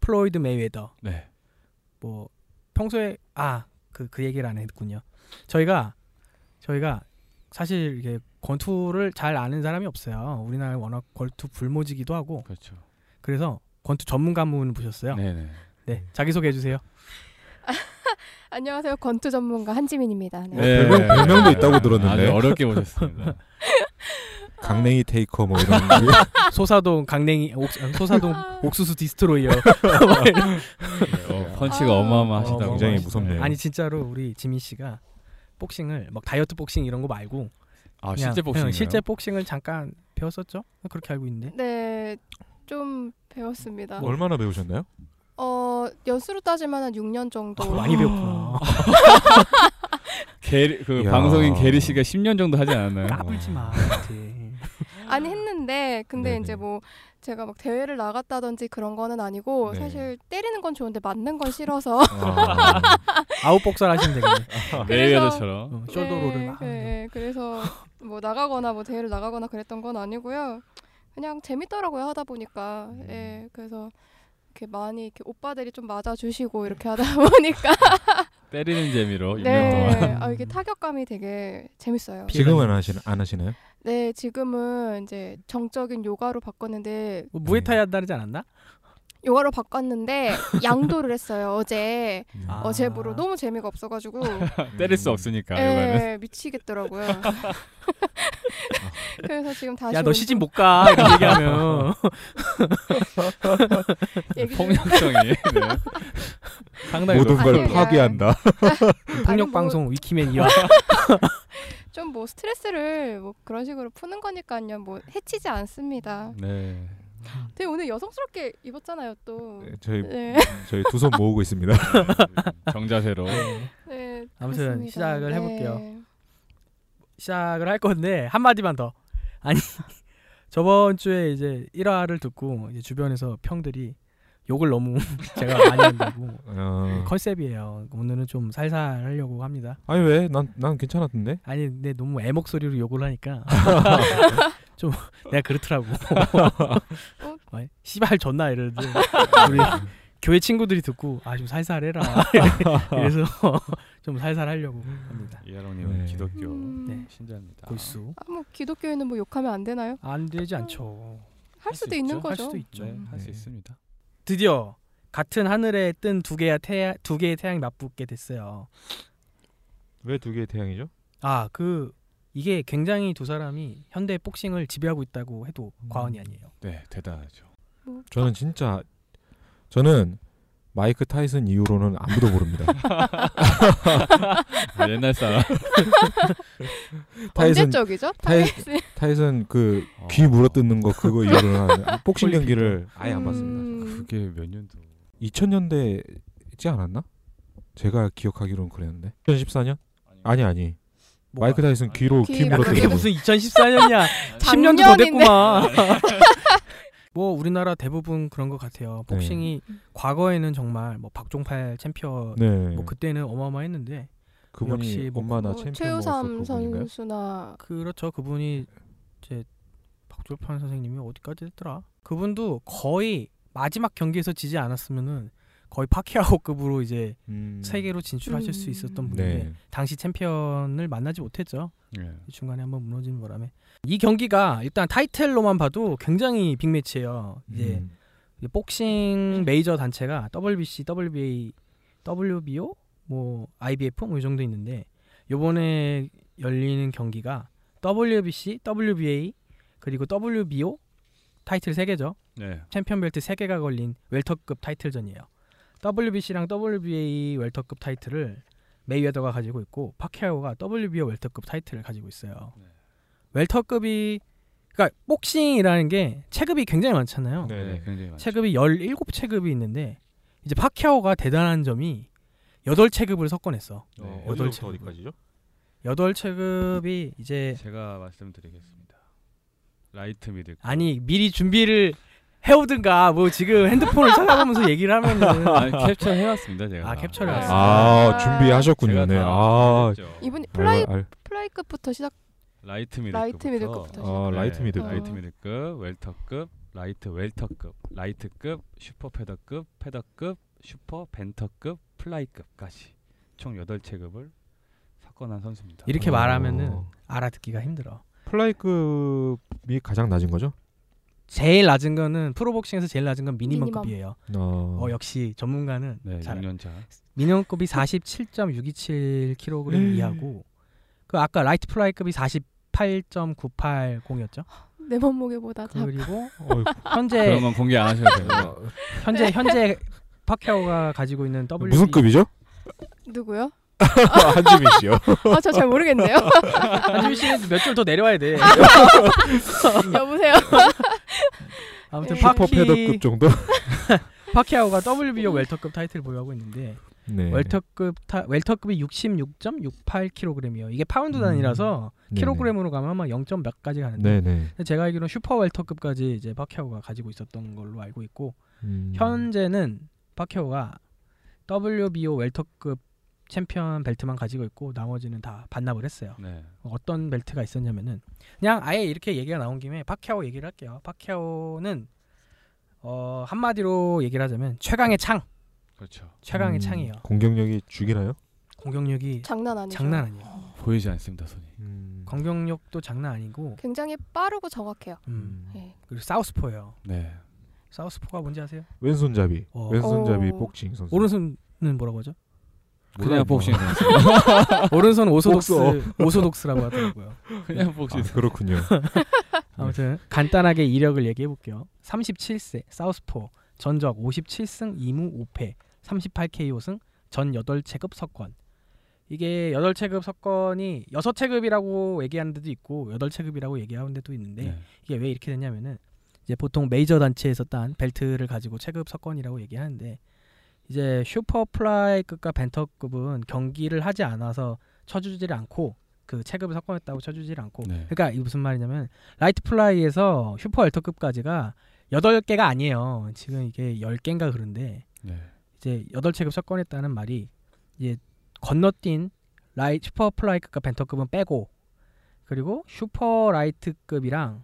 S3: 플로이드 메이웨더.
S2: 네.
S3: 뭐 평소에 아 그 그 얘기를 안 했군요. 저희가 저희가 사실 이게 권투를 잘 아는 사람이 없어요. 우리나라 워낙 권투 불모지기도 하고
S2: 그렇죠.
S3: 그래서 권투 전문가 분을 모셨어요. 네,
S2: 네, 네.
S3: 자기 소개해 주세요.
S1: 안녕하세요 권투 전문가 한지민입니다. 네.
S4: 별명- 별명도 있다고 들었는데.
S2: 아주 어렵게 보셨습니다.
S4: 강냉이 테이커 뭐 [LAUGHS] 이런
S3: 소사동 강냉이 옥, 아,
S1: [LAUGHS]
S3: 소사동
S1: 아.
S3: 옥수수 디스트로이어.
S2: 어, 펀치가
S1: 아.
S2: 어마어마하시다고
S3: 어, 굉장히
S2: 하시네.
S4: 무섭네요.
S3: 아니 진짜로 우리 지민 씨가 복싱을 막 다이어트 복싱 이런 거 말고
S2: 아
S3: 그냥,
S2: 실제 복싱
S3: 응, 실제 복싱을 잠깐 배웠었죠? 그렇게 알고 있는데.
S1: 네, 좀 배웠습니다.
S4: 얼마나 배우셨나요?
S1: 어 연수로 따지면 한 6년 정도.
S3: 아, 많이
S1: 아.
S3: 배웠구나. 아,
S2: 게리, 그
S4: 이야.
S2: 방송인 게리 씨가 10년 정도 하지 않았나요?
S3: 까불지 마. 이제.
S1: 아니 했는데 근데
S4: 네네.
S1: 이제 뭐 제가 막 대회를 나갔다든지 그런 거는 아니고
S4: 네.
S1: 사실 때리는 건 좋은데 맞는 건
S4: [LAUGHS]
S1: 싫어서
S4: 아,
S3: 아웃 복사를 하시면 되겠네.
S2: 매일
S1: 아, 그래서-
S2: 여자처럼.
S3: 어, 숄더롤을 막.
S1: 네, 네, 그래서 뭐 나가거나 뭐 대회를 나가거나 그랬던 건 아니고요. 그냥 재밌더라고요 하다 보니까. 예. 그래서 이렇게 많이 이렇게 오빠들이 좀 맞아주시고 이렇게 하다 [LAUGHS] 보니까
S2: 때리는 재미로 6년 동안.
S1: 네.
S3: 동안.
S1: 아 이게 타격감이 되게 재밌어요.
S3: 네.
S4: 지금은 하시, 안 하시나요?
S1: 네, 지금은 이제 정적인 요가로 바꿨는데
S3: 뭐 무에타이 한다지 않았나?
S1: 요가로
S3: [LAUGHS]
S1: 바꿨는데 양도를 했어요 어제
S3: 아.
S1: 어제 보러 너무 재미가 없어가지고
S4: 네.
S2: 때릴 수 없으니까
S1: [LAUGHS]
S2: 요가는.
S1: 예,
S3: [LAUGHS]
S1: 미치겠더라고요. [LAUGHS] 그래서 지금 다시
S3: 야 너
S1: 운동-
S3: 시집 못 가. 이렇게
S1: [LAUGHS]
S3: 얘기하면
S1: 얘기 좀-
S2: 폭력성이 네. 상당히
S4: 모든
S2: 높-
S1: 걸
S4: 걸
S1: 아니에요. 파괴한다.
S4: 파괴한다.
S1: 아니,
S3: 폭력
S1: 뭐-
S3: 방송 위키맨이야.
S1: 좀 뭐 스트레스를 뭐 그런 식으로 푸는 거니까요. 뭐 해치지
S3: 음.
S1: 않습니다.
S2: 네.
S1: 되게 오늘 여성스럽게 입었잖아요, 또.
S4: 저희
S1: 네.
S4: 저희 두 손 모으고 있습니다.
S2: 정자세로.
S1: 네,
S3: 아무튼
S1: 그렇습니다.
S3: 시작을 해볼게요.
S1: 네.
S3: 시작을 할 건데 한 마디만 더. 아니 [LAUGHS] 저번 주에 이제 1화를 듣고 이제 주변에서 평들이 욕을 너무 [LAUGHS] 제가 많이 한다고
S4: 어,
S3: 컨셉이에요. 오늘은 좀 살살 하려고 합니다.
S4: 아니 왜? 난 난 괜찮았던데.
S3: 아니 근데 너무 애 목소리로 욕을 하니까 [LAUGHS] 좀 내가 그렇더라고.
S1: 어?
S3: 아니, 씨발 존나 이러는데 우리 교회 친구들이 듣고 아
S1: [LAUGHS]
S3: 좀 살살해라. 이래서 [LAUGHS] 좀 살살하려고 합니다.
S2: 이하롱님은
S4: 네.
S2: 기독교
S1: 음,
S3: 네.
S2: 신자입니다.
S3: 골수
S1: 아, 뭐 기독교에는 뭐 욕하면 안 되나요?
S3: 안 되지 않죠.
S1: 할 수도 있는
S2: 있죠.
S1: 거죠.
S3: 할 수도 있죠.
S2: 네, 할 수
S4: 네.
S2: 있습니다.
S3: 드디어 같은 하늘에 뜬 두 개의 태양 두 개의 태양이 맞붙게 됐어요.
S4: 왜 두 개의 태양이죠?
S3: 아 그 이게 굉장히 두 사람이 현대 복싱을 지배하고 있다고 해도
S4: 음.
S3: 과언이 아니에요.
S2: 네, 대단하죠.
S1: 뭐,
S4: 저는 진짜 저는 마이크 타이슨 이후로는
S3: [LAUGHS]
S4: 아무도 모릅니다.
S2: 아, 옛날 사람.
S1: 뭐
S4: 타이슨
S1: 언제적이죠?
S4: 타이-
S1: 타이슨.
S4: 타이슨 그
S2: 어.
S4: 귀 물어뜯는 거 그거 이후로는
S3: [LAUGHS]
S4: 아, 복싱 경기를 아예 안 봤습니다.
S1: 음,
S2: 그게 몇 년도?
S4: 2000년대지 않았나? 제가 기억하기로는 그랬는데. 2014년? 아니 아니.
S3: 뭐가-
S4: 마이크 타이슨 귀로
S1: 귀-
S4: 귀
S1: 아,
S4: 물어뜯는
S3: 그게
S4: 거.
S3: 무슨 2014년이야. 10년도 더
S1: 작년인데.
S3: 됐구만. 뭐 우리나라 대부분 그런 것 같아요.
S4: 네.
S3: 복싱이 과거에는 정말 뭐 박종팔 챔피언
S4: 네.
S3: 뭐 그때는 어마어마했는데
S4: 그분이
S3: 역시 뭐
S4: 엄마 나
S1: 뭐
S4: 챔피언
S1: 최우삼
S4: 먹었어 그분인가요?
S1: 선수나
S3: 그렇죠 그분이 이제 박종팔 선생님이 어디까지 했더라? 그분도 거의 마지막 경기에서 지지 않았으면은 거의 파키아오급으로 이제
S4: 음.
S3: 세계로 진출하실
S1: 음.
S3: 수 있었던 분인데
S4: 네.
S3: 당시 챔피언을 만나지 못했죠.
S2: 예.
S3: 이 중간에 한번 무너진 바람에 이 경기가 일단 타이틀로만 봐도 굉장히 빅매치예요. 이제
S4: 음.
S3: 이제 복싱 메이저 단체가 WBC, WBA, WBO, 뭐 IBF 뭐 이 정도 있는데 요번에 열리는 경기가 WBC, WBA 그리고 WBO 타이틀 세개죠
S2: 네.
S3: 챔피언 벨트 세개가 걸린 웰터급 타이틀전이에요. WBC랑 WBA 웰터급 타이틀을 메이웨더가 가지고 있고 파키아오가 WBO 웰터급 타이틀을 가지고 있어요.
S2: 네.
S3: 웰터급이 그러니까 복싱이라는 게 체급이 굉장히 많잖아요.
S4: 네.
S2: 네, 굉장히 많죠.
S3: 체급이 17체급이 있는데 이제 파키아오가 대단한 점이 8체급을 섞어냈어.
S2: 네.
S3: 어디- 어디서부터 어디까지죠? 8체급이 이제
S2: 제가 말씀드리겠습니다. 라이트 미들.
S3: 아니 미리 준비를 해오든가 뭐 지금 핸드폰을 찾아보면서 얘기를
S2: [LAUGHS]
S3: 하면은
S2: 아니, 캡처 해왔습니다 제가.
S3: 아, 캡처를
S2: 네.
S3: 했어요.
S4: 아,
S1: 아.
S4: 준비하셨군요.
S2: 제가
S4: 네.
S2: 다
S4: 아.
S2: 준비했죠.
S1: 이분이 플라이
S4: 알- 알-
S1: 플라이급부터 시작.
S2: 라이트 미들급.
S1: 라이트 미들급부터 시작.
S4: 아, 라이트 미들급.
S1: 어.
S2: 라이트 미들급, 웰터급, 라이트 웰터급, 라이트급, 슈퍼 패더급, 패더급, 슈퍼 벤터급, 플라이급까지 총 8체급을 섞어난 선수입니다.
S3: 이렇게
S4: 어.
S3: 말하면은 알아듣기가 힘들어.
S4: 플라이급이 가장 낮은 거죠?
S3: 제일 낮은 거는 프로복싱에서 제일 낮은 건 미니멈급이에요.
S4: 어.
S3: 어 역시 전문가는
S2: 네,
S3: 잘
S2: 6년 차.
S3: 미니멈급이
S2: 음.
S3: 47.627kg 이하고 그 아까 라이트 플라이급이 48 18.980이었죠.
S1: 내 몸무게보다 작아.
S3: 그리고 [LAUGHS]
S4: 어이구.
S2: 그런
S3: 현재
S2: 건 공개 안 하셔도
S3: 어,
S4: [LAUGHS]
S2: 돼요.
S3: 현재 현재 파케오가 가지고 있는 W [LAUGHS]
S4: 무슨 급이죠? [LAUGHS]
S1: 누구요?
S4: 한지민 씨요.
S1: 아 저 잘
S4: [LAUGHS]
S1: 모르겠네요. [LAUGHS]
S3: 한지민 씨는 몇 줄 더 내려와야 돼.
S4: 아,
S1: 여보세요.
S3: 아무튼
S1: 네.
S4: 슈퍼
S3: 파키
S4: 패더급 정도. [LAUGHS]
S3: 파키아오가 WBO 웰터급 타이틀을 보유하고 있는데
S4: 네.
S3: 웰터급 타, 웰터급이 66.68kg이에요. 이게 파운드
S4: 음.
S3: 단위라서
S4: 네네.
S3: 킬로그램으로 가면 아마 0. 몇 까지 가는데
S4: 네네.
S3: 근데 제가 알기로는 슈퍼 웰터급까지 이제 파키아오가 가지고 있었던 걸로 알고 있고
S4: 음.
S3: 현재는 파키아오가 WBO 웰터급 챔피언 벨트만 가지고 있고 나머지는 다 반납을 했어요.
S2: 네.
S3: 어떤 벨트가 있었냐면은 그냥 아예 이렇게 얘기가 나온 김에 파키아오 얘기를 할게요. 파키아오는 어 한마디로 얘기를 하자면 최강의 창,
S2: 그렇죠.
S3: 최강의
S4: 음,
S3: 창이에요.
S4: 공격력이 죽이나요?
S3: 공격력이
S1: 장난 아니죠.
S3: 장난 아니에요.
S2: 보이지 않습니다, 손이.
S4: 음.
S3: 공격력도 장난 아니고
S1: 굉장히 빠르고 정확해요.
S3: 음.
S1: 예.
S3: 그리고 사우스포예요.
S2: 네.
S3: 사우스포가 뭔지 아세요?
S4: 왼손잡이.
S3: 어.
S4: 왼손잡이
S1: 어.
S4: 복싱 선수.
S3: 오른손은 뭐라고 하죠?
S2: 그냥 복싱 선수.
S3: 오른손 오소독스
S4: [LAUGHS] 복서.
S3: 오소독스라고 하더라고요.
S2: [LAUGHS] 그냥
S4: 아,
S2: 복싱 선수.
S3: [LAUGHS]
S4: 그렇군요.
S3: 아무튼 간단하게 이력을 얘기해 볼게요. 37세 사우스포 전적 57승 2무 5패 38KO승 전 8체급 석권 이게 8체급 석권이 6체급이라고 얘기하는 데도 있고 8체급이라고 얘기하는 데도 있는데
S2: 네.
S3: 이게 왜 이렇게 됐냐면은 이제 보통 메이저 단체에서 딴 벨트를 가지고 체급 석권이라고 얘기하는데 이제 슈퍼플라이급과 벤터급은 경기를 하지 않아서 쳐주지를 않고 그 체급을 석권했다고 쳐주지를 않고
S2: 네.
S3: 그러니까 이게 무슨 말이냐면 라이트 플라이에서 슈퍼 엘터급까지가 8개가 아니에요. 지금 이게 10개인가 그런데
S2: 네.
S3: 이제 8체급 석권했다는 말이 이제 건너뛴 라이 슈퍼 플라이급과 벤터급은 빼고 그리고 슈퍼 라이트급이랑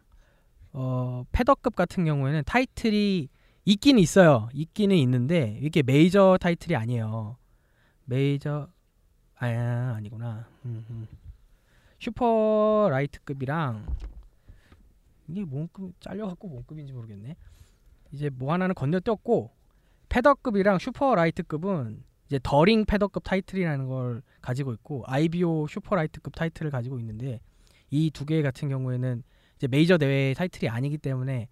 S3: 어 패더급 같은 경우에는 타이틀이 있긴 있어요. 있기는 있는데 이게 메이저 타이틀이 아니에요. 메이저 아 아니구나. 음, 음. 슈퍼 라이트급이랑 이게 뭔급 잘려갖고 뭔 급인지 모르겠네. 이제 뭐 하나는 건너뛰었고 패더급이랑 슈퍼 라이트급은 이제 더링 패더급 타이틀이라는 걸 가지고 있고 IBO 슈퍼 라이트급 타이틀을 가지고 있는데 이 두 개 같은 경우에는 이제 메이저 대회 타이틀이 아니기 때문에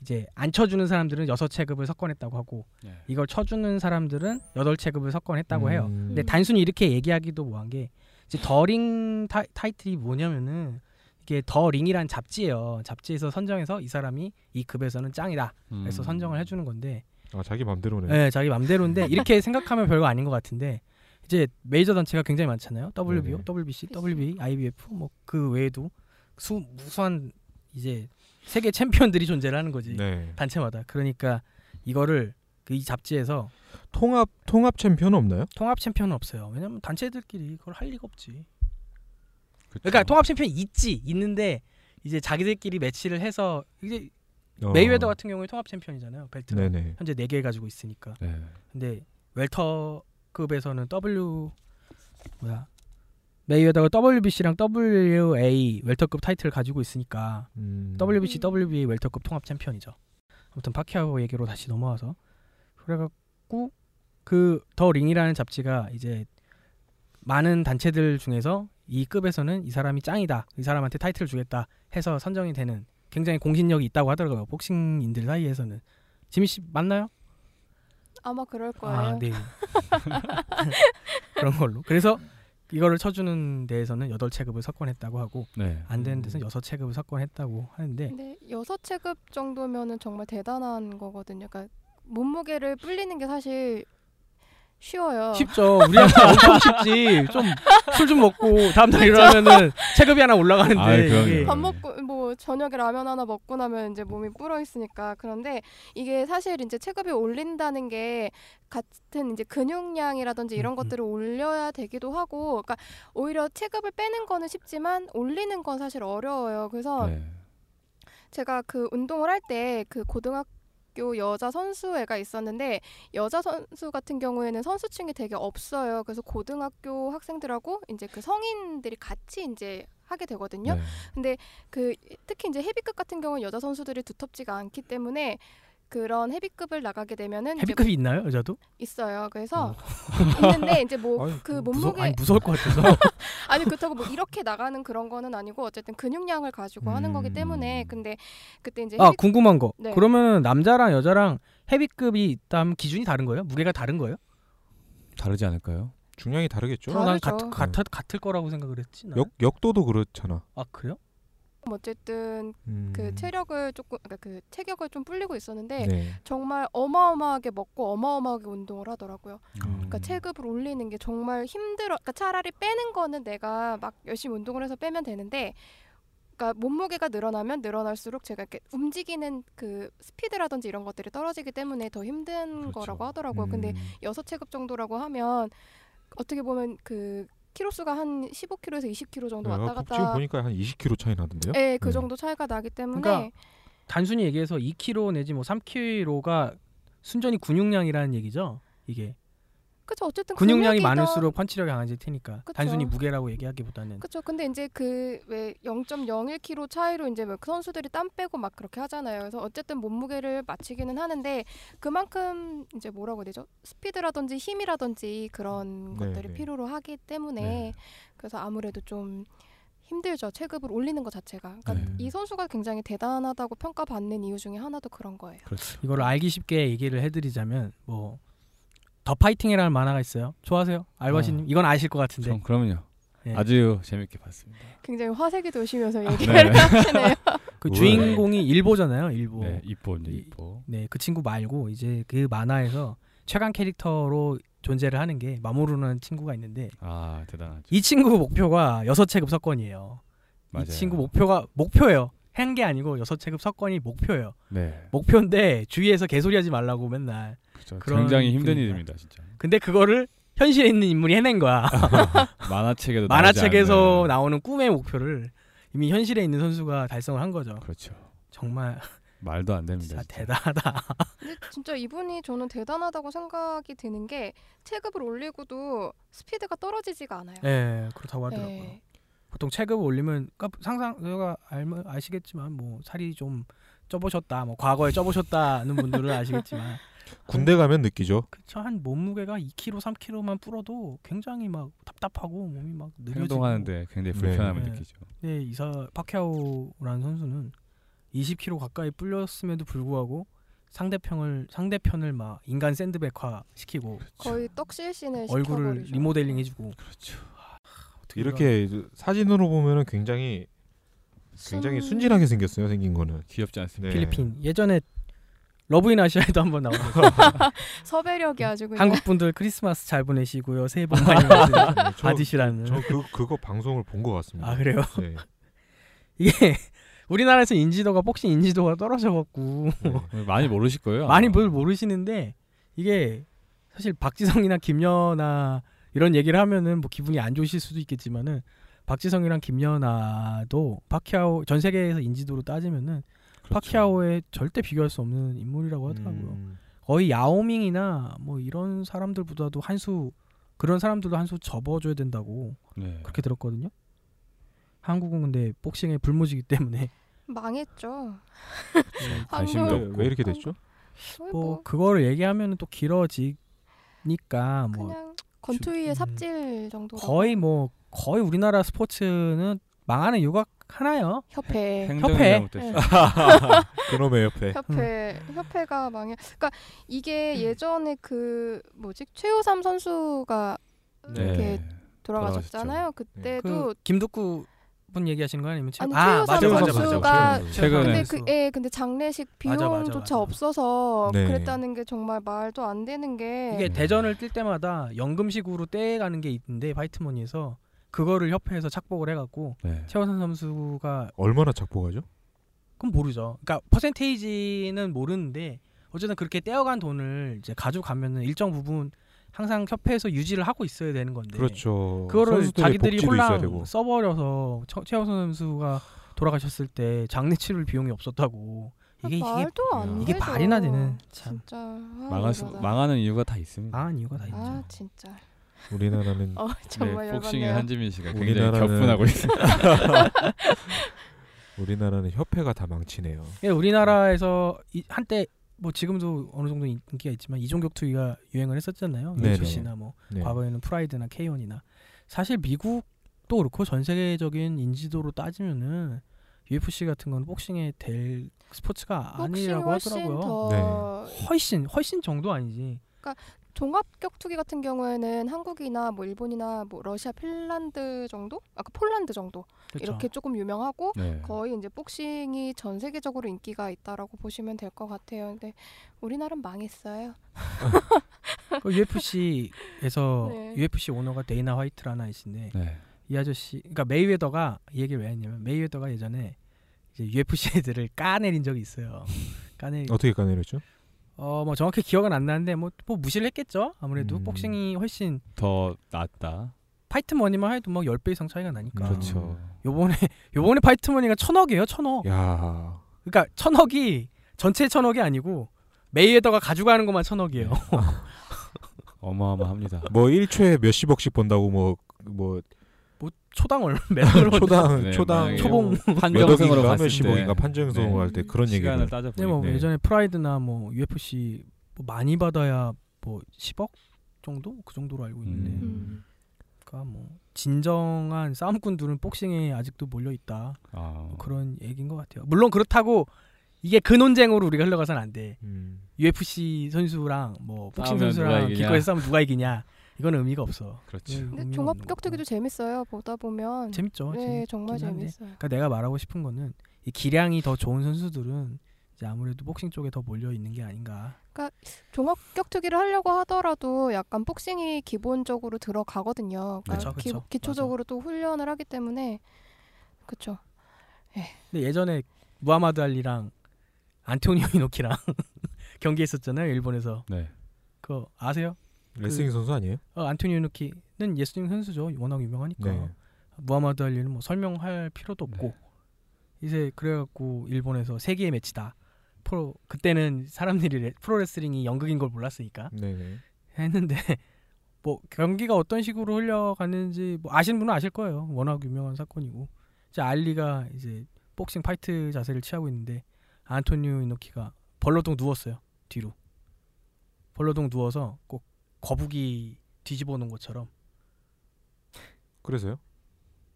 S3: 이제 안 쳐주는 사람들은 여섯 체급을 석권했다고 하고
S2: 네.
S3: 이걸 쳐주는 사람들은 여덟 체급을 석권했다고 해요. 네.
S4: 음.
S3: 근데 단순히 이렇게 얘기하기도 뭐한 게 이제 더링 타, 이틀이 뭐냐면은 이게 더링이란 잡지예요. 잡지에서 선정해서 이 사람이 이 급에서는 짱이다.
S2: 음.
S3: 그래서 선정을 해주는 건데,
S4: 아 자기 맘대로네.
S3: 네, 자기 맘대로인데 이렇게 생각하면 별거 아닌 것 같은데 이제 메이저 단체가 굉장히 많잖아요. WBO,
S4: 네네.
S3: WBC, WB, IBF 뭐 그 외에도 수 무수한 이제 세계 챔피언들이 존재를 하는 거지
S4: 네.
S3: 단체마다. 그러니까 이거를 그 이 잡지에서
S4: 통합 통합 챔피언 없나요?
S3: 통합 챔피언은 없어요. 왜냐면 단체들끼리 그걸 할 리가 없지.
S2: 그쵸.
S4: 어.
S3: 그러니까 통합 챔피언 있지 있는데 이제 자기들끼리 매치를 해서 이제
S4: 어.
S3: 메이웨더 같은 경우에 통합 챔피언이잖아요 벨트가
S4: 네네.
S3: 현재 네 개 가지고 있으니까
S2: 네.
S3: 근데 웰터급에서는 W 뭐야 메이웨더가 WBC랑 WA 웰터급 타이틀을 가지고 있으니까
S4: 음.
S3: WBC WBA 웰터급 통합 챔피언이죠 아무튼 파키아오 얘기로 다시 넘어와서 그래갖고 그 더 링이라는 잡지가 이제 많은 단체들 중에서 이 급에서는 이 사람이 짱이다 이 사람한테 타이틀을 주겠다 해서 선정이 되는 굉장히 공신력이 있다고 하더라고요 복싱인들 사이에서는 지민 씨 맞나요?
S1: 아마 그럴 거예요.
S3: 아, 네. [LAUGHS] 그런 걸로. 그래서 이거를 쳐주는 데에서는 여덟 체급을 석권했다고 하고
S2: 네.
S3: 안 되는 데서는 여섯 체급을 석권했다고 하는데
S1: 근데 여섯 체급 정도면은 정말 대단한 거거든요. 그러니까 몸무게를 불리는 게 사실 쉬워요.
S3: 쉽죠. 우리한테 엄청 쉽지. 좀 술 좀 먹고 다음 날 일어나면은 체급이 하나 올라가는데
S2: 아이, 그럼요.
S3: 이게
S1: 밥 먹고 뭐 저녁에 라면 하나 먹고 나면 이제 몸이 불어 있으니까 그런데 이게 사실 이제 체급이 올린다는 게 같은 이제 근육량이라든지 이런
S3: 음, 음.
S1: 것들을 올려야 되기도 하고 그러니까 오히려 체급을 빼는 거는 쉽지만 올리는 건 사실 어려워요. 그래서
S2: 네.
S1: 제가 그 운동을 할 때 그 고등학교 여자 선수애가 있었는데 여자 선수 같은 경우에는 선수층이 되게 없어요. 그래서 고등학교 학생들하고 이제 그 성인들이 같이 이제 하게 되거든요.
S2: 네.
S1: 근데 그 특히 이제 헤비급 같은 경우는 여자 선수들이 두텁지가 않기 때문에 그런 헤비급을 나가게 되면은 이제
S3: 헤비급이 있나요 여자도?
S1: 있어요. 그래서 [LAUGHS] 있는데 이제 뭐
S4: 아유,
S1: 그
S3: 무서 아니
S1: 몸무게
S3: 무서울 것 같아서
S1: 아니 그렇다고 뭐 이렇게 나가는 그런 거는 아니고 어쨌든 근육량을 가지고 하는 거기 때문에
S4: 음.
S1: 근데 그때 이제
S3: 아
S1: 헤비-
S3: 궁금한 거
S1: 네.
S3: 그러면 남자랑 여자랑 헤비급이 있다면 기준이 다른 거예요? 무게가 다른 거예요?
S2: 다르지 않을까요?
S4: 중량이 다르겠죠.
S1: 다-
S3: 난
S1: 다르죠.
S3: 같, 같, 같을 거라고 생각을 했지 나는.
S4: 역 역도도 그렇잖아.
S3: 아 그래요?
S1: 뭐 어쨌든
S4: 음.
S1: 그 체력을 조금 그러니까 그 체격을 좀 불리고 있었는데
S4: 네.
S1: 정말 어마어마하게 먹고 어마어마하게 운동을 하더라고요.
S4: 음.
S1: 그러니까 체급을 올리는 게 정말 힘들어. 그러니까 차라리 빼는 거는 내가 막 열심히 운동을 해서 빼면 되는데, 그러니까 몸무게가 늘어나면 늘어날수록 제가 이렇게 움직이는 그 스피드라든지 이런 것들이 떨어지기 때문에 더 힘든
S2: 그렇죠.
S1: 거라고 하더라고요. 근데
S4: 음.
S1: 여섯 체급 정도라고 하면 어떻게 보면 그 키로수가 한 15kg에서 20kg 정도
S4: 네,
S1: 왔다
S4: 아, 지금
S1: 갔다.
S4: 보니까 한 20kg 차이 나던데요.
S1: 예, 그
S4: 네.
S1: 정도 차이가 나기 때문에
S3: 그러니까 단순히 얘기해서 2kg 내지 뭐 3kg가 순전히 근육량이라는 얘기죠. 이게
S1: 그쵸 어쨌든
S3: 근육량이
S1: 근육이 더-
S3: 많을수록 펀치력이 강해질 테니까
S1: 그쵸.
S3: 단순히 무게라고 얘기하기보다는
S1: 그렇죠. 근데 이제 그 왜 0.01kg 차이로 이제 막 선수들이 땀 빼고 막 그렇게 하잖아요. 그래서 어쨌든 몸무게를 맞추기는 하는데 그만큼 이제 뭐라고 해야 되죠? 스피드라든지 힘이라든지 그런
S4: 네,
S1: 것들이
S4: 네.
S1: 필요로 하기 때문에
S4: 네.
S1: 그래서 아무래도 좀 힘들죠. 체급을 올리는 것 자체가. 그러니까
S4: 네.
S1: 이 선수가 굉장히 대단하다고 평가받는 이유 중에 하나도 그런 거예요.
S2: 그렇죠.
S3: 이거를 알기 쉽게 얘기를 해드리자면 뭐 더 파이팅이라는 만화가 있어요. 좋아하세요, 알바시님? 이건 아실 것 같은데.
S2: 전 그럼요.
S3: 예.
S2: 아주 재밌게 봤습니다.
S1: 굉장히 화색이 도시면서
S4: 아,
S2: 네.
S1: 얘기를 하시네요.
S3: 그
S4: 왜?
S3: 주인공이 일보잖아요, 일보.
S2: 네, 이뻐요,
S3: 뭐. 이-
S2: 이뻐.
S3: 네, 그 친구 말고 이제 그 만화에서 최강 캐릭터로 존재를 하는 게 마모루라는 친구가 있는데
S2: 아 대단하죠.
S3: 이 친구 목표가 여섯 체급 석권이에요.
S2: 맞아요.
S3: 이 친구 뭐 목표가 목표예요. 한 게 아니고 여섯 체급 석권이 목표예요.
S2: 네,
S3: 목표인데 주위에서 개소리하지 말라고 맨날.
S2: 그렇죠.
S3: 그런
S2: 굉장히 힘든
S3: 분이다.
S2: 일입니다, 진짜.
S3: 근데 그거를 현실에 있는 인물이 해낸 거야.
S2: 만화책에도 아, 나오지
S3: 만화책에서
S2: 않는-
S3: 나오는 꿈의 목표를 이미 현실에 있는 선수가 달성을 한 거죠.
S2: 그렇죠.
S3: 정말
S2: 말도 안 됩니다.
S3: 진짜
S2: 진짜.
S3: 대단하다.
S1: 근데 진짜 이분이 저는 대단하다고 생각이 드는 게 체급을 올리고도 스피드가 떨어지지가 않아요.
S3: 예, 그렇다고 하더라고요.
S1: 네.
S3: 보통 체급을 올리면 그러니까 상상 너가 알 아시겠지만 뭐 살이 좀 쪄보셨다 뭐 과거에 쪄보셨다는 분들은 아시겠지만
S4: 군대 가면 느끼죠.
S3: 그쵸 한 몸무게가 2kg 3kg만 불어도 굉장히 막 답답하고 몸이 막 느려지고
S2: 행동하는데 굉장히
S4: 네.
S2: 불편함을
S3: 네.
S2: 느끼죠.
S3: 네 이사 파키아오라는 선수는 20kg 가까이 불렸음에도 불구하고 상대편을 상대편을 막 인간 샌드백화 시키고
S1: 거의 떡실신을
S3: 얼굴을
S1: 그렇죠. 시켜버리죠.
S3: 리모델링 해주고
S2: 그렇죠.
S3: 어떻게
S4: 이렇게 사진으로 보면은 굉장히 굉장히
S1: 순-
S4: 순진하게 생겼어요. 생긴 거는.
S2: 귀엽지 않습니까?
S4: 네.
S3: 필리핀 예전에 러브인 아시아에도 한번 나오고
S2: [LAUGHS]
S1: 섭외력이 아주 그냥
S3: 한국 분들 크리스마스 잘 보내시고요 새해 복 많이
S2: [LAUGHS]
S3: 받으세요.
S4: 네, 저-
S3: 받으시라는
S4: 저 그, 그거 방송을 본 것 같습니다.
S3: 아 그래요
S4: 네,
S3: 이게 [LAUGHS] 우리나라에서 인지도가 복싱 인지도가 떨어져갖고
S4: 네.
S2: 많이 모르실 거예요.
S3: 많이
S2: 아마.
S3: 뭘 모르시는데 이게 사실 박지성이나 김연아 이런 얘기를 하면은 뭐 기분이 안 좋으실 수도 있겠지만은 박지성이랑 김연아도 파키아오 전 세계에서 인지도로 따지면은
S2: 그렇죠.
S3: 파키아오에 절대 비교할 수 없는 인물이라고 하더라고요.
S4: 음,
S3: 거의 야오밍이나 뭐 이런 사람들보다도 한 수 그런 사람들도 한 수 접어줘야 된다고
S2: 네.
S3: 그렇게 들었거든요. 한국은 근데 복싱에 불모지기 때문에
S1: 망했죠.
S2: 그렇죠. 관심도
S1: 한국-
S4: 왜,
S2: 없고.
S4: 왜 이렇게 됐죠?
S1: 거의 뭐,
S3: 뭐 그거를 얘기하면 또 길어지니까 뭐
S1: 그냥 건투위의
S3: 음.
S1: 삽질 정도
S3: 거의 뭐 거의 우리나라 스포츠는 망하는 이유가 하나요.
S1: 협회
S2: 행동이
S3: 협회.
S2: 잘못됐어요.
S1: 네.
S4: 그놈의 옆에.
S1: 협회
S3: 음.
S1: 협회가 망해. 그러니까 이게 예전에 그 뭐지 최호삼 선수가
S4: 네.
S1: 이렇게
S2: 네.
S1: 돌아가셨잖아요. 그때도
S3: 그 김두구 분 얘기하시는 거 아니면 최...
S1: 아니,
S3: 아
S1: 최우선
S3: 맞아 맞아
S1: 선수가-
S3: 맞아.
S2: 최근에-
S1: 근데
S2: 최우선
S1: 그 예, 근데 장례식
S3: 네. 맞아, 맞아,
S1: 비용조차
S3: 맞아.
S1: 없어서
S4: 네.
S1: 그랬다는 게 정말 말도 안 되는 게
S3: 이게 대전을 뛸 때마다 연금식으로 떼가는 게 있는데 파이트머니에서 그거를 협회에서 착복을 해갖고
S2: 네.
S3: 최원선 선수가
S4: 얼마나 착복하죠?
S3: 그건 모르죠. 그러니까 퍼센테이지는 모르는데 어쨌든 그렇게 떼어간 돈을 이제 가져가면은 일정 부분 항상 협회에서 유지를 하고 있어야 되는 건데
S4: 그렇죠.
S3: 네. 그거를
S4: 선수들의
S3: 자기들이
S4: 복지도 있어야 되고.
S3: 홀랑 써버려서 최- 최호선 선수가 돌아가셨을 때 장례 치를 비용이 없었다고 이게 이게
S1: 아, 말도 안
S3: 이게
S1: 되죠.
S3: 말이나 되는 참
S1: 진짜 아,
S2: 망할 수,
S1: 이러다.
S2: 망하는 이유가 다 있습니다.
S3: 망한 이유가 다 있죠.
S1: 아 진짜
S3: 네,
S4: 우리나라는
S1: 어 [LAUGHS] 정말
S2: 네, 복싱의
S1: 열받네요.
S2: 한지민 씨가 굉장히
S4: 우리나라는-
S2: 격분하고 있습니다.
S4: [LAUGHS] 우리나라는 협회가 다 망치네요.
S3: 예, 우리나라에서 그러니까 이- 한때 뭐 지금도 어느 정도 인기가 있지만 이종격투기가 유행을 했었잖아요.
S4: 네네.
S3: UFC나 뭐
S4: 네.
S3: 과거에는 프라이드나 K1이나 사실 미국도 그렇고 전 세계적인 인지도로 따지면은 UFC 같은 건 복싱의 될 스포츠가
S1: 복싱이
S3: 아니라고
S1: 훨씬
S3: 하더라고요.
S1: 더
S2: 네.
S3: 훨씬 훨씬 정도 아니지.
S1: 종합 격투기 같은 경우에는 한국이나 뭐 일본이나 뭐 러시아, 핀란드 정도, 아까 폴란드 정도
S3: 그쵸?
S1: 이렇게 조금 유명하고
S2: 네.
S1: 거의 이제 복싱이 전 세계적으로 인기가 있다라고 보시면 될 것 같아요. 근데 우리나라는 망했어요.
S3: 그 UFC에서
S1: 네.
S3: UFC 오너가 데이나 화이트라는 아저씨인데
S2: 네.
S3: 이 아저씨 그러니까 메이웨더가 이 얘기를 왜 했냐면 메이웨더가 예전에 이제 UFC 애들을 까내린 적이 있어요. 까내
S4: 어떻게 까내렸죠?
S3: 어뭐 정확히 기억은 안 나는데 뭐, 뭐 무시를 했겠죠. 아무래도
S4: 음.
S3: 복싱이 훨씬
S2: 더 낫다.
S3: 파이트 머니만 해도 막 10배 이상 차이가 나니까.
S4: 그렇죠.
S3: 요번에 요번에 파이트 머니가 천억이에요,
S4: 예.
S3: 천억.
S4: 야.
S3: 그러니까 천억이 전체 천억이 아니고 메이웨더가 가져가는 것만 천억이에요.
S4: 네.
S2: 어마어마합니다.
S4: 뭐 1초에 몇십억씩 번다고 뭐 뭐
S3: 뭐 [LAUGHS] 초당 얼마
S4: [LAUGHS]
S3: 매달로
S4: 초당
S2: 네,
S4: 초당
S2: 만약에
S3: 초봉.
S4: 몇
S2: [LAUGHS] 판정승으로 네.
S4: 억인가
S2: 갔을
S4: 몇십억인가
S2: 때
S4: 판정승으로
S1: 네.
S4: 갈 때 그런 얘기를
S2: 시간을 따져
S3: 근데 뭐
S2: 보니
S3: 예전에 프라이드나 뭐 UFC 뭐 많이 받아야 뭐 10억 정도 그 정도로 알고 있는데.
S2: 음.
S1: 음.
S3: 그러니까 뭐 진정한 싸움꾼들은 복싱에 아직도 몰려 있다. 뭐
S2: 아,
S3: 그런 얘기인 것 같아요. 물론 그렇다고 이게 그 논쟁으로 우리가 흘러가선 안 돼.
S4: 음.
S3: UFC 선수랑 뭐 복싱
S2: 싸우면 누가
S3: 선수랑
S2: 이기냐?
S3: 기꺼이 싸우면 누가 이기냐 이건 의미가 없어.
S2: 그렇죠.
S1: 근데
S3: 의미
S1: 종합
S3: 없는
S1: 격투기도 재밌어요. 보다 보면
S3: 거고. 음, 재밌죠.
S1: 네
S3: 재밌-
S1: 정말
S3: 재밌긴 한데.
S1: 재밌어요.
S3: 그러니까 내가 말하고 싶은 거는 이 기량이 더 좋은 선수들은 이제 아무래도 복싱 쪽에 더 몰려 있는 게 아닌가.
S1: 종합 격투기를 하려고 하더라도 약간 복싱이 기본적으로 들어가거든요. 그러니까
S3: 그쵸,
S1: 기,
S3: 그쵸.
S1: 기초적으로 또 훈련을 하기 때문에
S3: [LAUGHS]
S1: 그렇죠.
S3: 근데 예전에 무하마드 알리랑 안토니오 [LAUGHS] 이노키랑 경기했었잖아요 일본에서.
S2: 네.
S3: 그거 아세요?
S4: 레슬링 선수 아니에요?
S3: 어, 안토니오 이노키는 예슬링 선수죠. 워낙 유명하니까.
S4: 네.
S3: 무하마드 알리는 뭐 설명할 필요도 없고
S2: 네.
S3: 이제 그래갖고 일본에서 세계의 매치다 프로 그때는 사람들이 레- 프로레슬링이 연극인 걸 몰랐으니까
S4: 네, 네.
S3: 했는데 [LAUGHS] 뭐 경기가 어떤 식으로 흘려가는지 뭐 아시는 분은 아실 거예요 워낙 유명한 사건이고 이제 알리가 이제 복싱 파이트 자세를 취하고 있는데 안토니오 이노키가 벌러동 누웠어요 뒤로 벌러동 누워서 꼭 거북이 뒤집어 놓은 것처럼
S4: 그래서요?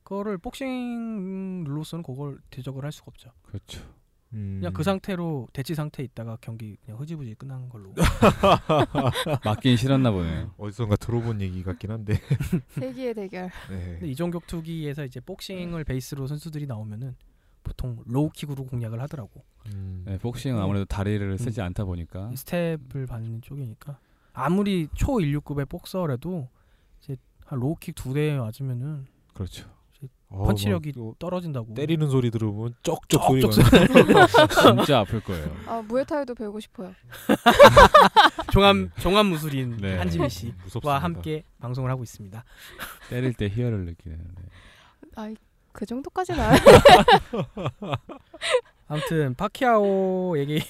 S3: 그거를 복싱 룰로서는 그걸 대적을 할 수가 없죠.
S2: 그렇죠.
S4: 음.
S3: 그냥 그 상태로 대치 상태에 있다가 경기 그냥 흐지부지 끝난 걸로.
S2: 맞긴 싫었나 보네요.
S4: 어디선가 들어본 얘기 같긴 한데. [LAUGHS]
S1: 세기의 대결.
S4: 네.
S3: 근데 이종격투기에서 이제 복싱을 베이스로 선수들이 나오면은 보통 로우킥으로 공략을 하더라고.
S4: 음.
S2: 네, 복싱은 아무래도 다리를 쓰지 않다
S4: 어?
S2: 보니까
S3: 스텝을 받는 쪽이니까 아무리 초 1류급의 복서라도 이제 한 로우킥 두 대 맞으면은
S2: 그렇죠.
S4: 어,
S3: 펀치력이
S4: 막
S3: 떨어진다고.
S4: 때리는 소리 들으면 쩍쩍
S3: 쩍쩍
S4: 소리가
S3: 소리.
S4: 나요.
S2: [LAUGHS] [LAUGHS] 진짜 아플 거예요.
S1: 아 무에타이도 배우고 싶어요.
S3: [LAUGHS]
S4: 네.
S3: 종합 종합 무술인
S2: 네.
S3: 한지민 씨와
S4: 무섭습니다.
S3: 함께 방송을 하고 있습니다.
S2: 때릴 때 희열을 느끼는. 네.
S1: 그 정도까지는
S3: [LAUGHS]
S1: 안-
S3: 아무튼 파키아오 [LAUGHS] 얘기를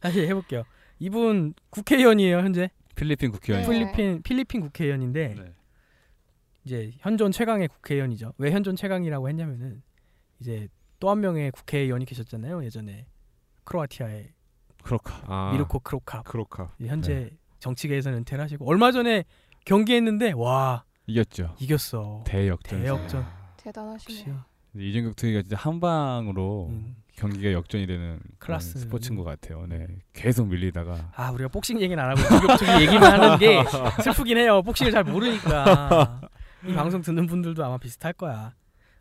S3: 다시 해볼게요. 이분 국회의원이에요 현재
S2: 필리핀
S1: 네.
S2: 국회의원.
S3: 필리핀 필리핀 국회의원인데
S2: 네.
S3: 이제 현존 최강의 국회의원이죠. 왜 현존 최강이라고 했냐면은 이제 또 한 명의 국회의원이 계셨잖아요 예전에 크로아티아의
S2: 크로카.
S4: 아,
S3: 미르코 크로카
S4: 크로카.
S3: 이제 현재
S2: 네.
S3: 정치계에서 는 은퇴를 하시고 얼마 전에 경기했는데 와
S2: 이겼죠.
S3: 이겼어
S2: 네. 대역전.
S3: 대역전
S1: 대단하시네요.
S2: 어.
S3: 역시요.
S2: 이진국 투기가 진짜 한 방으로
S3: 음.
S2: 경기가 역전이 되는 그런
S3: 클라스.
S2: 스포츠인 것 같아요. 네, 계속 밀리다가
S3: 아 우리가 복싱 얘기는 안 하고 공격적인 얘기만 하는
S2: [LAUGHS]
S3: 게 슬프긴 해요. 복싱을 잘 모르니까 이 방송 듣는 분들도 아마 비슷할 거야.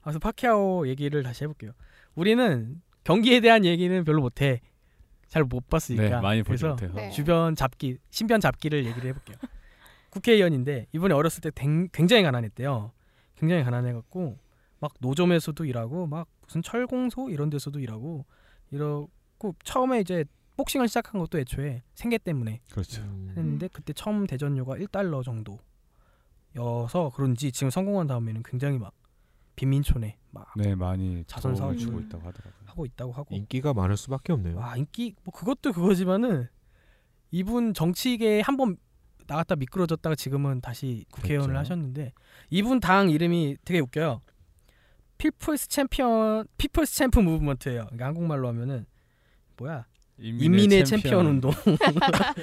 S3: 그래서 파키아오 얘기를 다시 해볼게요. 우리는 경기에 대한 얘기는 별로 못해. 잘 못 봤으니까.
S2: 네, 많이 보지
S3: 그러니까. 그래서
S2: 못해서
S1: 네.
S3: 주변 잡기, 신변 잡기를 얘기를 해볼게요. [LAUGHS] 국회의원인데 이번에 어렸을 때 댕- 굉장히 가난했대요. 굉장히 가난해갖고 막 노점에서도 일하고 막 무슨 철공소 이런 데서도 일하고 이러고 처음에 이제 복싱을 시작한 것도 애초에 생계 때문에
S2: 그렇죠.
S3: 했는데 그때 처음 대전료가 1달러 정도여서 그런지 지금 성공한 다음에는 굉장히 막 빈민촌에 막
S2: 네, 많이
S3: 자선
S2: 도움을
S1: 사업을
S2: 주고
S1: 음.
S2: 있다고 하더라고요.
S3: 하고 있다고 하고
S4: 인기가 많을 수밖에 없네요.
S3: 와 인기 뭐 그것도 그거지만은 이분 정치계에 한 번 나갔다 미끄러졌다가 지금은 다시 국회의원을
S4: 됐죠.
S3: 하셨는데 이분 당 이름이 되게 웃겨요. 피플스 챔피언 피플스 챔프 무브먼트예요. 그러니까 한국말로 하면은 뭐야
S2: 인민의,
S3: 인민의 챔피언 운동. 그러니까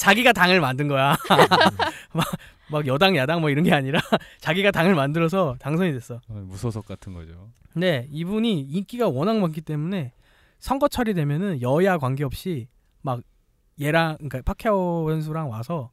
S3: 자기가 당을 만든 거야. [LAUGHS] 막, 막 여당 야당 뭐 이런 게 아니라 [LAUGHS] 자기가 당을 만들어서 당선이 됐어.
S2: 어, 무소속 같은 거죠.
S3: 근데 네, 이분이 인기가 워낙 많기 때문에 선거철이 되면은 여야 관계없이 막 얘랑 그러니까 파키아오 선수랑 와서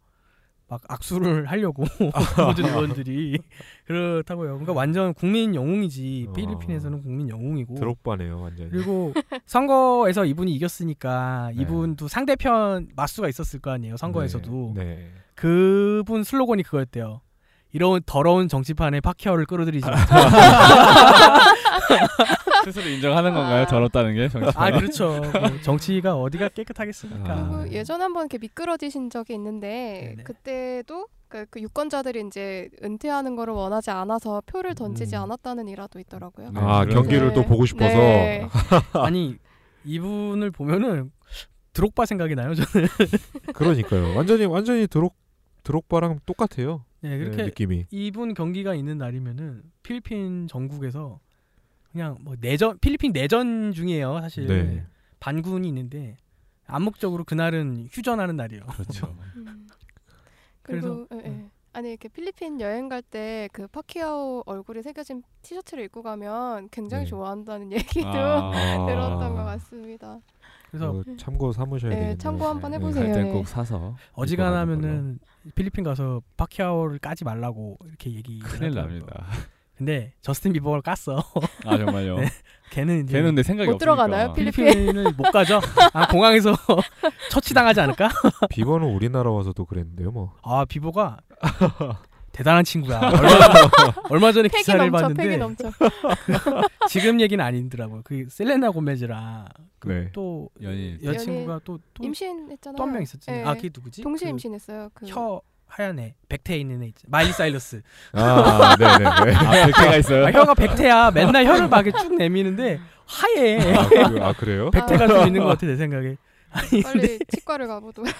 S3: 막 악수를 하려고 [LAUGHS]
S4: [LAUGHS]
S3: 모든 의원들이 그렇다고요. 그러니까 완전 국민 영웅이지.
S4: 어.
S3: 필리핀에서는 국민 영웅이고.
S4: 드롭바네요 완전히.
S3: 그리고 선거에서 이분이 이겼으니까
S4: 네.
S3: 이분도 상대편 마수가 있었을 거 아니에요 선거에서도
S4: 네. 네.
S3: 그분 슬로건이 그거였대요 이런 더러운 정치판에 파키아오를 끌어들이지 마.
S2: 스스로 인정하는 건가요?
S1: 아.
S2: 더럽다는 게
S3: [LAUGHS]
S2: 정치.
S3: 아 그렇죠 뭐 정치가 어디가 깨끗하겠습니까
S4: 아.
S1: 그리고 예전 한번 이렇게 미끄러지신 적이 있는데
S3: 네. 네네.
S1: 그때도 그, 그 유권자들이 이제 은퇴하는 거를 원하지 않아서 표를 던지지
S4: 음.
S1: 않았다는 일화도 있더라고요.
S2: 네,
S4: 아
S2: 그래서-
S4: 경기를
S1: 네.
S4: 또 보고 싶어서.
S1: 네.
S3: 뭐, 아니 이분을 보면은 드록바 생각이 나요 저는
S4: [LAUGHS] 그러니까요. 완전히 완전히 드록 드록바랑 똑같아요.
S3: [LAUGHS] 네,
S4: 네,
S3: 그렇게
S4: 느낌이.
S3: 이분 경기가 있는 날이면은 필리핀 전국에서 그냥 뭐 내전 필리핀 내전 중이에요 사실
S4: 네.
S3: 반군이 있는데 암묵적으로 그날은 휴전하는 날이에요.
S2: 그렇죠.
S1: 음. 그리고 예, 예.
S3: 음.
S1: 아니 이렇게 필리핀 여행 갈 때 그 파키아오 얼굴이 새겨진 티셔츠를 입고 가면 굉장히
S4: 네.
S1: 그렇죠. 좋아한다는 [LAUGHS] 얘기도
S2: 아.
S1: 들었던 것 같습니다.
S3: 그래서
S4: 이거 참고 삼으셔야
S1: 네,
S4: 되겠네요.
S1: 참고 한번 해보세요.
S2: 할 땐
S1: 네.
S2: 꼭 사서
S3: 어지간하면은 필리핀 가서 파키아오를 까지 말라고 이렇게 얘기.
S2: 큰일 납니다.
S3: 근데 저스틴 비버를 깠어. [LAUGHS]
S2: 아 정말요.
S3: 네. 걔는 이제
S2: 걔는 근데 생각이
S1: 못 들어가나요? 필리-
S2: 없으니까.
S3: 필리핀을 못 가죠. 아, 공항에서 [LAUGHS] 처치당하지 않을까?
S4: 비버는 우리나라 와서도 그랬는데요, 뭐.
S3: 아 비버가 대단한 친구야. 얼마, 얼마 전에
S1: 팩이
S3: 기사를
S1: 넘쳐, 팩이
S3: 봤는데 [LAUGHS] 음.
S1: 넘쳐.
S3: 지금 얘기는 아니더라고. 그 셀레나 고메즈랑 그
S4: 네.
S3: 또
S2: 연인.
S3: 여자친구가 또또한명
S1: 임신했잖아요.
S3: 있었지.
S1: 네.
S3: 아 그게 누구지?
S1: 동시에
S3: 그
S1: 임신했어요. 그
S3: 혀 하얀 애 백태 있는 애 있지. 마일리 사이러스. [LAUGHS]
S4: 아, 네, 네, 네.
S2: 아 백태가 있어요?
S3: 아, 혀가 백태야. 맨날 혀를 막 이렇게 쭉 내미는데 하얘.
S4: 아, 그, 아 그래요?
S3: 백태가 좀 있는 것 같아 내 생각에. 아니 근데
S1: 빨리 치과를 가보도.
S3: [LAUGHS]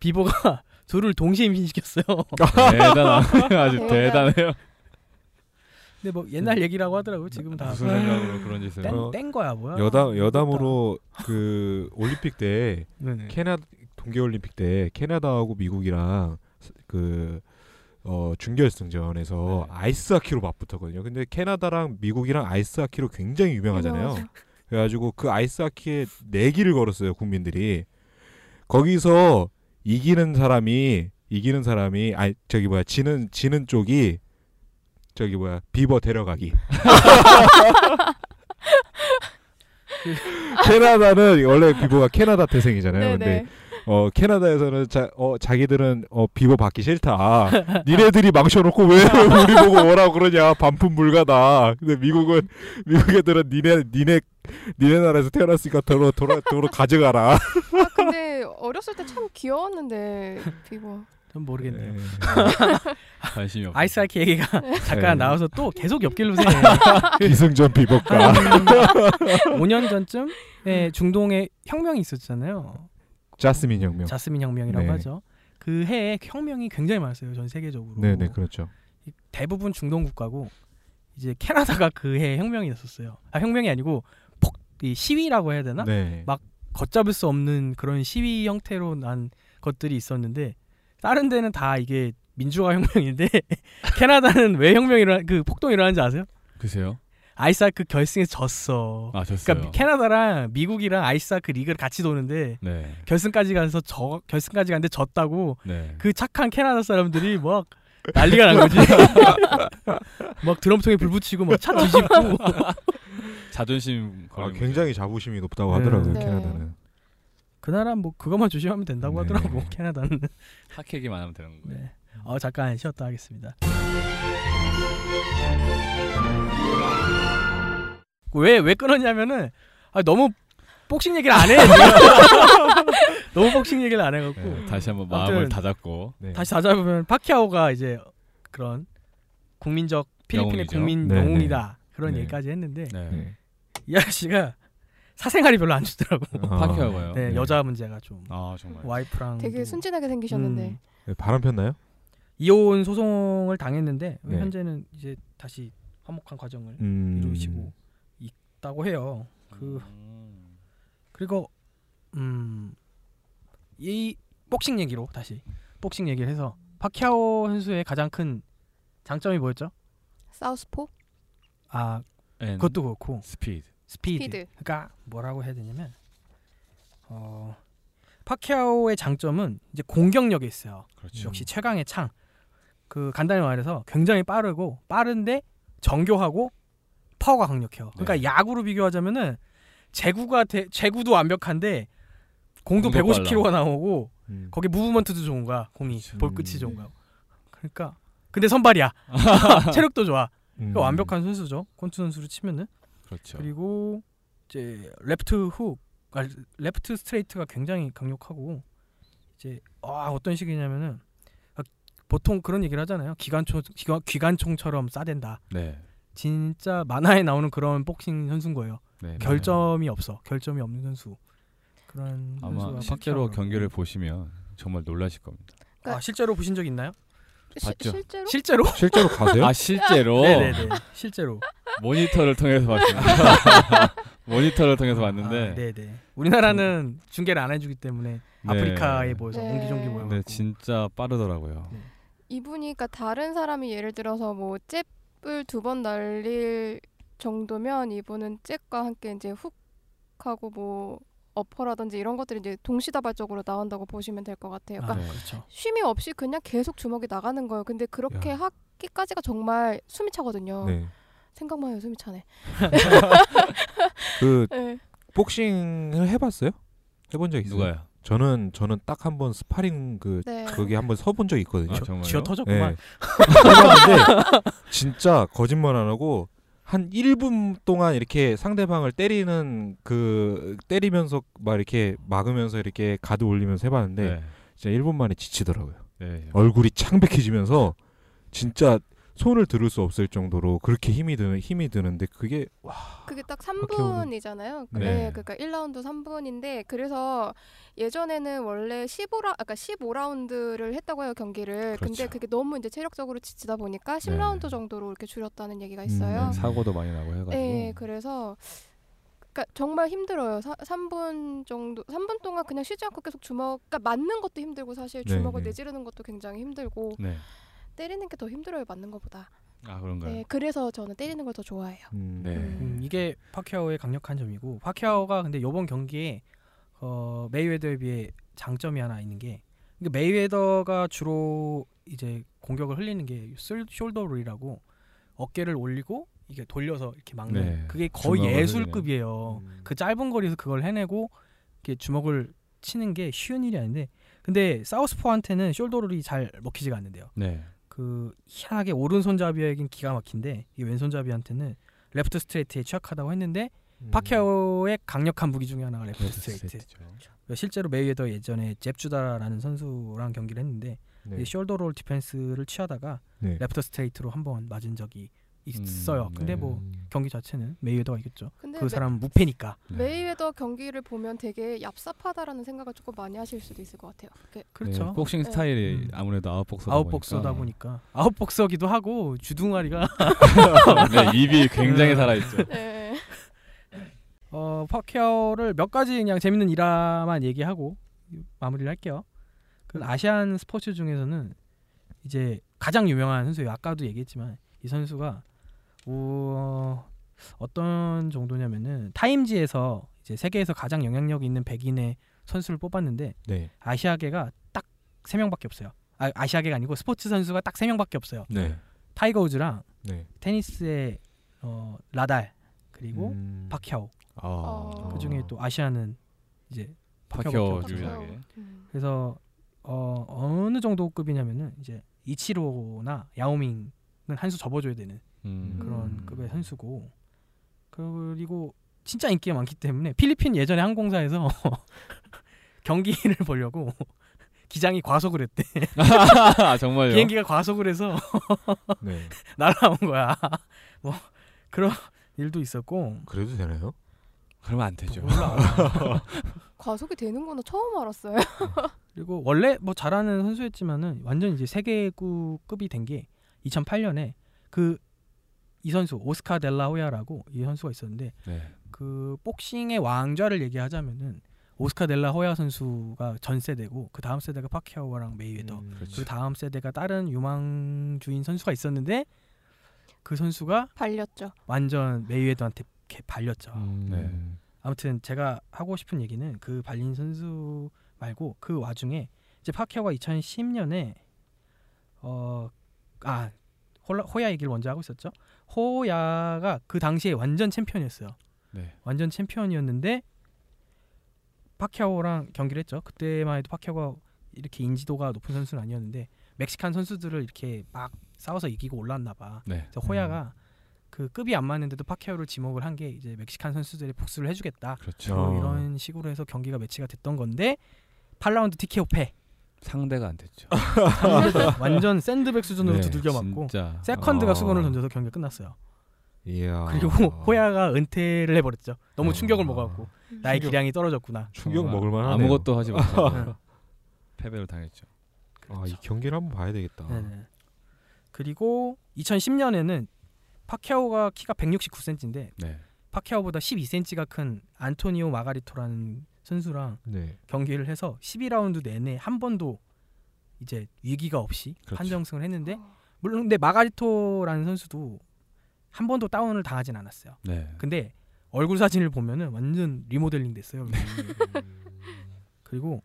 S3: 비보가 [LAUGHS] 둘을 동시에 임신시켰어요. [LAUGHS]
S2: 대단하네요.
S3: 어,
S2: 아주 대단해요.
S3: 근데 뭐 옛날 얘기라고 하더라고 요 지금 다. 네.
S2: 무슨 생각으로 그런 짓을?
S3: 땡, 땡 거야 뭐야.
S4: 어, 여담 여담으로 그 올림픽 때
S3: 네네.
S4: 캐나 동계 올림픽 때 캐나다하고 미국이랑 스- 그 어, 준결승전에서
S2: 네.
S4: 아이스하키로 맞붙었거든요. 근데 캐나다랑 미국이랑 아이스하키로 굉장히 유명하잖아요.
S1: 유명하죠.
S4: 그래가지고 그 아이스하키에 내기를 걸었어요 국민들이 거기서 이기는 사람이 이기는 사람이 아 저기 뭐야 지는 지는 쪽이 저기 뭐야 비버 데려가기 [LAUGHS] 캐나다는 원래 비버가 캐나다
S3: 네,
S4: 태생이잖아요
S1: 네,
S4: 근데 어 캐나다에서는 자, 어, 자기들은 어, 비버 받기 싫다 아, 니네들이 망쳐놓고 왜 [LAUGHS] 우리 보고 오라고 그러냐 반품 불가다 근데 미국은 미국 애들은 니네 니네 니네 나라에서 태어났으니까 도로 도로 도로 가져가라
S1: 아, 근데 어렸을 때 참
S3: [LAUGHS]
S1: 귀여웠는데 비버.
S3: 전 모르겠네요.
S4: 네.
S2: 관심이 없어.
S3: 아이스하키 얘기가 [LAUGHS]
S4: 네.
S3: 잠깐 나와서 또 계속
S4: [LAUGHS]
S3: 옆길로 새요.
S4: 기승전 비법가
S3: [LAUGHS] 5년 전쯤 에 중동에 혁명이 있었잖아요.
S4: 자스민 혁명
S3: 자스민 혁명이라고
S4: 네.
S3: 하죠. 그 해에 혁명이 굉장히 많았어요. 전 세계적으로.
S4: 네네 그렇죠
S3: 이- 대부분 중동 국가고 이제 캐나다가 그 해 혁명이 났었어요. 아 혁명이 아니고 폭, 이 시위라고 해야 되나?
S4: 네
S3: 막- 걷잡을 수 없는 그런 시위 형태로 난 것들이 있었는데 다른 데는 다 이게 민주화 혁명인데 [LAUGHS] 캐나다는 왜 혁명이 일어 그 폭동이 일어난지 아세요?
S2: 글쎄요.
S3: 아이스하크 결승에서 졌어.
S2: 아 졌어요.
S3: 그러니까 캐나다랑 미국이랑 아이스하크 리그를 같이 도는데
S2: 네.
S3: 결승까지 가서 저 결승까지 갔는데 졌다고
S2: 네.
S3: 그 착한 캐나다 사람들이 막 난리가 난 거지. [LAUGHS] 막 드럼통에 불 붙이고 막 차 뒤집고.
S2: [LAUGHS]
S3: 그-
S2: 자존심
S4: 아,
S2: 걸리는
S4: 굉장히 자부심이 높다고
S3: 네.
S4: 하더라고요
S1: 네.
S4: 캐나다는
S3: 그 나라 뭐 그것만 조심하면 된다고
S4: 네.
S3: 하더라고 캐나다는.
S2: 거죠. 핫캐기만 하면 되는 거예요.
S3: 네. 어 잠깐 쉬었다 하겠습니다. 왜 왜 끊었냐면은 아, 너무 복싱 얘기를 안 해. [LAUGHS] 너무 복싱 얘기를 안 해갖고
S2: 네, 다시 한번
S3: 아무튼-
S2: 마음을 다잡고
S4: 네.
S3: 다시 찾아보면 파키아오가 이제 그런 국민적 필리핀의
S2: 영웅이죠.
S3: 국민
S4: 네,
S3: 영웅이다 그런
S4: 네.
S3: 얘기까지 했는데
S2: 네.
S4: 네.
S3: 이 아저씨가 사생활이 별로 안 좋더라고.
S4: 아,
S2: 파키아고요.
S3: 네,
S4: 네.
S3: 여자 문제가 좀
S2: 아 정말.
S3: 와이프랑
S1: 되게 순진하게 생기셨는데.
S3: 음.
S4: 네, 바람 폈나요?
S3: 이혼 소송을 당했는데
S4: 네.
S3: 현재는 이제 다시 화목한 과정을
S4: 음...
S3: 이루시고 있다고 해요. 그
S2: 음.
S3: 그리고 음이 복싱 얘기로 다시 복싱 얘기를 해서 파키아오 선수의 가장 큰 장점이 뭐였죠?
S1: 사우스포
S3: 아
S2: 앤
S3: 그것도 그렇고
S2: 스피드.
S3: 스피드.
S1: 스피드.
S3: 그러니까 뭐라고 해야 되냐면 어 파키아오의 장점은 이제 공격력이 있어요.
S2: 그렇죠.
S3: 역시 최강의 창. 그 간단히 말해서 굉장히 빠르고 빠른데 정교하고 파워가 강력해요. 그러니까
S2: 네.
S3: 야구로 비교하자면은 제구가 대, 제구도 완벽한데 공도
S2: 공도
S3: 150km가 나오고
S4: 음.
S3: 거기 무브먼트도 좋은 거야 공이
S2: 그렇죠.
S3: 볼끝이
S4: 음.
S3: 좋은 거야. 그러니까 근데 선발이야. 체력도 좋아.
S4: 음.
S3: 그러니까 완벽한 선수죠. 콘투 선수로 치면은.
S2: 그렇죠.
S3: 그리고 이제 레프트 훅, 아, 레프트 스트레이트가 굉장히 강력하고 이제 아, 어떤 식이냐면은 아, 보통 그런 얘기를 하잖아요. 기관총 기관, 기관총처럼 싸댄다.
S2: 네.
S3: 진짜 만화에 나오는 그런 복싱 선수인 거예요.
S2: 네.
S3: 결점이 없어. 결점이 없는 선수. 그런
S2: 아마
S3: 선수가 음.
S2: 실제로
S3: 박해하더라고요.
S2: 경기를 보시면 정말 놀라실 겁니다.
S3: 아, 실제로 보신 적 있나요?
S1: 시-
S2: 봤죠.
S1: 실제로
S3: 실제로?
S4: 실제로 가세요?
S2: 아
S3: [LAUGHS]
S2: 실제로
S3: 네네네.
S2: [LAUGHS]
S3: 실제로.
S2: 모니터를 통해서 봤습니다.
S3: [LAUGHS]
S2: 모니터를 통해서 봤는데
S3: 아, 네네. 우리나라는 중계를 안 해주기 때문에
S2: 네.
S3: 아프리카에 모여서
S1: 네.
S3: 옹기종기 모여.
S2: 네, 진짜 빠르더라고요.
S1: 이분이 그러니까 다른 사람이 예를 들어서 뭐 잽을 두 번 날릴 정도면 이분은 잽과 함께 이제 훅하고 뭐 어퍼라든지 이런 것들이 이제 동시다발적으로 나온다고 보시면 될 것 같아요. 그러니까
S2: 네.
S3: 그렇죠.
S1: 쉼이 없이 그냥 계속 주먹이 나가는 거예요. 근데 그렇게
S4: 야.
S1: 하기까지가 정말 숨이 차거든요.
S4: 네.
S1: 생각만 해도 숨이 차네.
S4: 그
S1: 네.
S4: 복싱을 해봤어요? 해본
S3: 네.
S4: 적 있어요?
S2: 누가요?
S4: 저는 저는 딱 한 번 스파링 그
S1: 네.
S4: 거기 한 번 서본 적 있거든요.
S2: 아, 정말요?
S3: 지어 터졌구만.
S4: 해봤는데 진짜 거짓말 안 하고 한 1분 동안 이렇게 상대방을 때리는 그 때리면서 막 이렇게 막으면서 이렇게 가드 올리면서 해봤는데
S2: 네.
S4: 진짜 1분 만에 지치더라고요.
S2: 네.
S4: 얼굴이 창백해지면서 진짜 손을 들을 수 없을 정도로 그렇게 힘이 드는 힘이 드는데 그게
S1: 그게 딱
S4: 박해오는.
S1: 3분이잖아요.
S2: 네.
S1: 네. 그러니까 1라운드 3분인데 그래서 예전에는 원래 15라 아까 15라운드를 했다고 해요, 경기를. 근데
S4: 그렇죠.
S1: 그게 너무 이제 체력적으로 지치다 보니까 10라운드 정도로 이렇게 줄였다는 얘기가 있어요.
S2: 네, 사고도 많이 나고 해가지고.
S1: 네, 그래서 그러니까 정말 힘들어요. 사, 3분 정도 3분 동안 그냥 쉬지 않고 계속 주먹 그러니까 맞는 것도 힘들고 사실
S4: 네,
S1: 주먹을
S4: 네.
S1: 내지르는 것도 굉장히 힘들고
S2: 네.
S1: 때리는 게 더 힘들어요, 맞는 것보다.
S2: 아 그런가요?
S1: 네, 그래서 저는 때리는 걸 더 좋아해요.
S4: 음,
S2: 네.
S3: 음, 이게 파키아오의 강력한 점이고 파키아오가 근데 이번 경기에 어, 메이웨더에 비해 장점이 하나 있는 게 이게 메이웨더가 주로 이제 공격을 흘리는 게 숄- 숄더롤이라고 어깨를 올리고 이게 돌려서 이렇게 막는
S2: 네.
S3: 그게 거의
S2: 주먹을
S3: 예술급이에요.
S4: 음.
S3: 그 짧은 거리에서 그걸 해내고 이렇게 주먹을 치는 게 쉬운 일이 아닌데 근데 사우스포한테는 숄더롤이 잘 먹히지가 않는데요.
S2: 네.
S3: 그 희한하게 오른손잡이에겐 기가 막힌데 이 왼손잡이한테는 레프트 스트레이트에 취약하다고 했는데
S4: 음.
S3: 파키아오의 강력한 무기 중에 하나가 레프트
S2: 레프트
S3: 스트레이트. 그러니까
S2: 스트레이트죠.
S3: 실제로 메이웨더 예전에 잽주다라는 선수랑 경기를 했는데
S4: 네.
S3: 이 숄더롤 디펜스를 취하다가
S4: 네.
S3: 레프트 스트레이트로 한 번 맞은 적이 있어요.
S2: 음,
S3: 근데
S2: 네.
S3: 뭐 경기 자체는 메이웨더가 이겼죠.
S1: 근데
S3: 그
S1: 매-
S3: 사람은 무패니까.
S2: 네.
S1: 메이웨더 경기를 보면 되게 얍삽하다라는 생각을 조금 많이 하실 수도 있을 것 같아요.
S2: [LAUGHS]
S1: 이렇게
S3: 그렇죠.
S2: 네, 복싱
S1: 네.
S2: 스타일이
S3: 음.
S2: 아무래도 아웃복서.
S3: 아웃복서다 보니까 아웃복서기도 하고 주둥아리가
S2: [LAUGHS] 네, 입이 굉장히 살아있죠.
S1: 네.
S3: 어, 파키아오를 몇 가지 그냥 재밌는 일화만 얘기하고 마무리를 할게요. 그 아시안 스포츠 중에서는 이제 가장 유명한 선수예요. 아까도 얘기했지만 이 선수가 어, 어떤 정도냐면은 타임지에서 이제 세계에서 가장 영향력 있는 백인의 선수를 뽑았는데
S4: 네.
S3: 아시아계가 딱 세 명밖에 없어요. 아, 아시아계가 아니고 스포츠 선수가 딱 세 명밖에 없어요.
S4: 네.
S3: 타이거 우즈랑
S4: 네.
S3: 테니스의 어, 라달 그리고
S4: 음.
S3: 파키아오.
S4: 아.
S1: 어.
S3: 그 중에 또 아시아는 이제
S2: 파켜
S3: 박혀.
S2: 유일하게.
S1: 음.
S3: 그래서 어 어느 정도 급이냐면은 이제 이치로나 야오밍은 한 수 접어줘야 되는
S2: 음.
S3: 그런
S4: 음.
S3: 급의 선수고 그리고 진짜 인기가 많기 때문에 필리핀 예전에 항공사에서 [LAUGHS] 경기를 보려고 [LAUGHS] 기장이 과속을 했대
S2: [LAUGHS] 아, 정말요?
S3: 비행기가 과속을 해서 [LAUGHS]
S4: 네.
S3: 날아온 거야 [LAUGHS] 뭐 그런 일도 있었고 뭐
S4: 그래도 되나요?
S2: 그러면 안
S3: 음.
S2: 되죠.
S1: 과속이 되는구나 처음 알았어요.
S3: 그리고 원래 뭐 잘하는 선수였지만은 완전 이제 세계구급이 된 게 2008년에 그 이 선수 오스카 델라호야라고 이 선수가 있었는데
S2: 네.
S3: 그 복싱의 왕좌를 얘기하자면은 오스카 델라 호야 선수가 전 세대고 그 다음 세대가 파키아오랑 메이웨더 그
S4: 그렇죠.
S3: 다음 세대가 다른 유망주인 선수가 있었는데 그 선수가
S1: 발렸죠.
S3: 완전 메이웨더한테 이렇게 발렸죠.
S2: 네.
S3: 아무튼 제가 하고 싶은 얘기는 그 발린 선수 말고 그 와중에 이제 파키아오가 2010년에 어, 어아 호야 얘기를 먼저 하고 있었죠. 호야가 그 당시에 완전 챔피언이었어요.
S2: 네.
S3: 완전 챔피언이었는데 파키아오랑 경기를 했죠. 그때만 해도 파키아오가 이렇게 인지도가 높은 선수는 아니었는데 멕시칸 선수들을 이렇게 막 싸워서 이기고 올랐나 봐.
S2: 네.
S3: 그래서 호야가 그 급이 안 맞는데도 파키아오를 지목을 한 게 이제 멕시칸 선수들의 복수를 해주겠다.
S2: 그렇죠.
S4: 어.
S3: 뭐 이런 식으로 해서 경기가 매치가 됐던 건데 8라운드 TKO 패.
S2: 상대가 안 됐죠.
S3: 완전 샌드백 수준으로
S2: 네,
S3: 아, 두들겨 맞고
S2: 진짜.
S3: 세컨드가
S4: 어.
S3: 수건을 던져서 경기가 끝났어요.
S4: 네. 이야.
S3: 그리고 [LAUGHS] 호야가 은퇴를 해버렸죠. 너무
S4: 어.
S3: 충격을 먹어갖고 나의 기량이 떨어졌구나.
S4: 충격
S2: 정말
S4: 먹을 [LAUGHS] 만하네요.
S2: 아무것도 하지 못하고 패배를 당했죠.
S4: 아, 이 경기를 한번 봐야 되겠다.
S3: 그렇죠. 네네. 그리고 2010년에는 파키아오가 키가 169cm인데
S2: 네.
S3: 파키아오보다 12cm가 큰 안토니오 마가리토라는 선수랑
S4: 네.
S3: 경기를 해서 12라운드 내내 한 번도 이제 위기가 없이
S2: 그렇죠.
S3: 판정승을 했는데 물론 근데 마가리토라는 선수도 한 번도 다운을 당하진 않았어요.
S2: 네.
S3: 근데 얼굴 사진을 보면은 완전 리모델링 됐어요. 얼굴이.
S2: 음.
S3: 그리고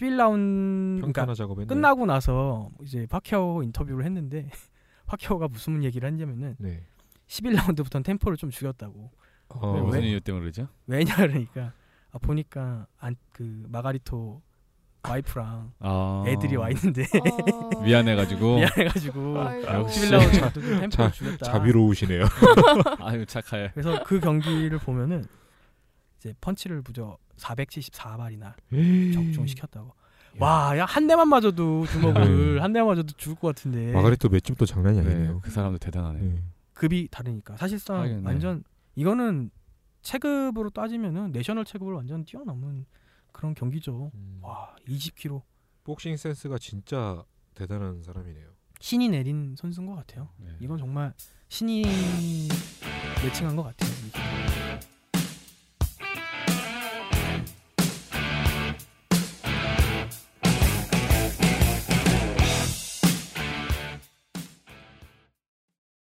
S3: 11라운드
S4: 평탄화
S3: 그러니까
S4: 작업했네.
S3: 끝나고 나서 이제 파키아오 인터뷰를 했는데 [LAUGHS] 파키아오가 무슨 얘기를 했냐면은
S4: 네.
S3: 11라운드부터는 템포를 좀 죽였다고.
S4: 어,
S2: 네, 무슨
S4: 왜?
S2: 이유 때문에 그러죠?
S3: 왜냐 그러니까 아, 보니까 안 그 마가리토 와이프랑
S2: 아.
S3: 애들이 와
S4: [LAUGHS]
S3: 있는데
S1: 어.
S2: [LAUGHS] 미안해가지고
S3: 미안해가지고
S1: 아이고.
S2: 역시.
S3: 11라운드 가도 좀
S4: 자-
S3: 템포를 죽였다.
S4: 자비로우시네요.
S3: [LAUGHS]
S2: 아유 착해.
S3: 그래서 그 경기를 보면은 이제 펀치를 부저 474발이나
S4: 음.
S3: 적중시켰다고. 와, 야 한 대만 맞아도 주먹을
S4: 네.
S3: 한 대만 맞아도 죽을 것 같은데.
S4: 마가리토 맷집도 장난이
S2: 네.
S4: 아니네요.
S2: 그 사람도 대단하네.
S4: 네.
S3: 급이 다르니까 사실상
S2: 하겠네.
S3: 완전 이거는 체급으로 따지면은 내셔널 체급을 완전 뛰어넘은 그런 경기죠. 와, 20kg
S4: 복싱 센스가 진짜 대단한 사람이네요.
S3: 신이 내린 선수인 것 같아요.
S2: 네.
S3: 이건 정말 신이 매칭한 것 같아요.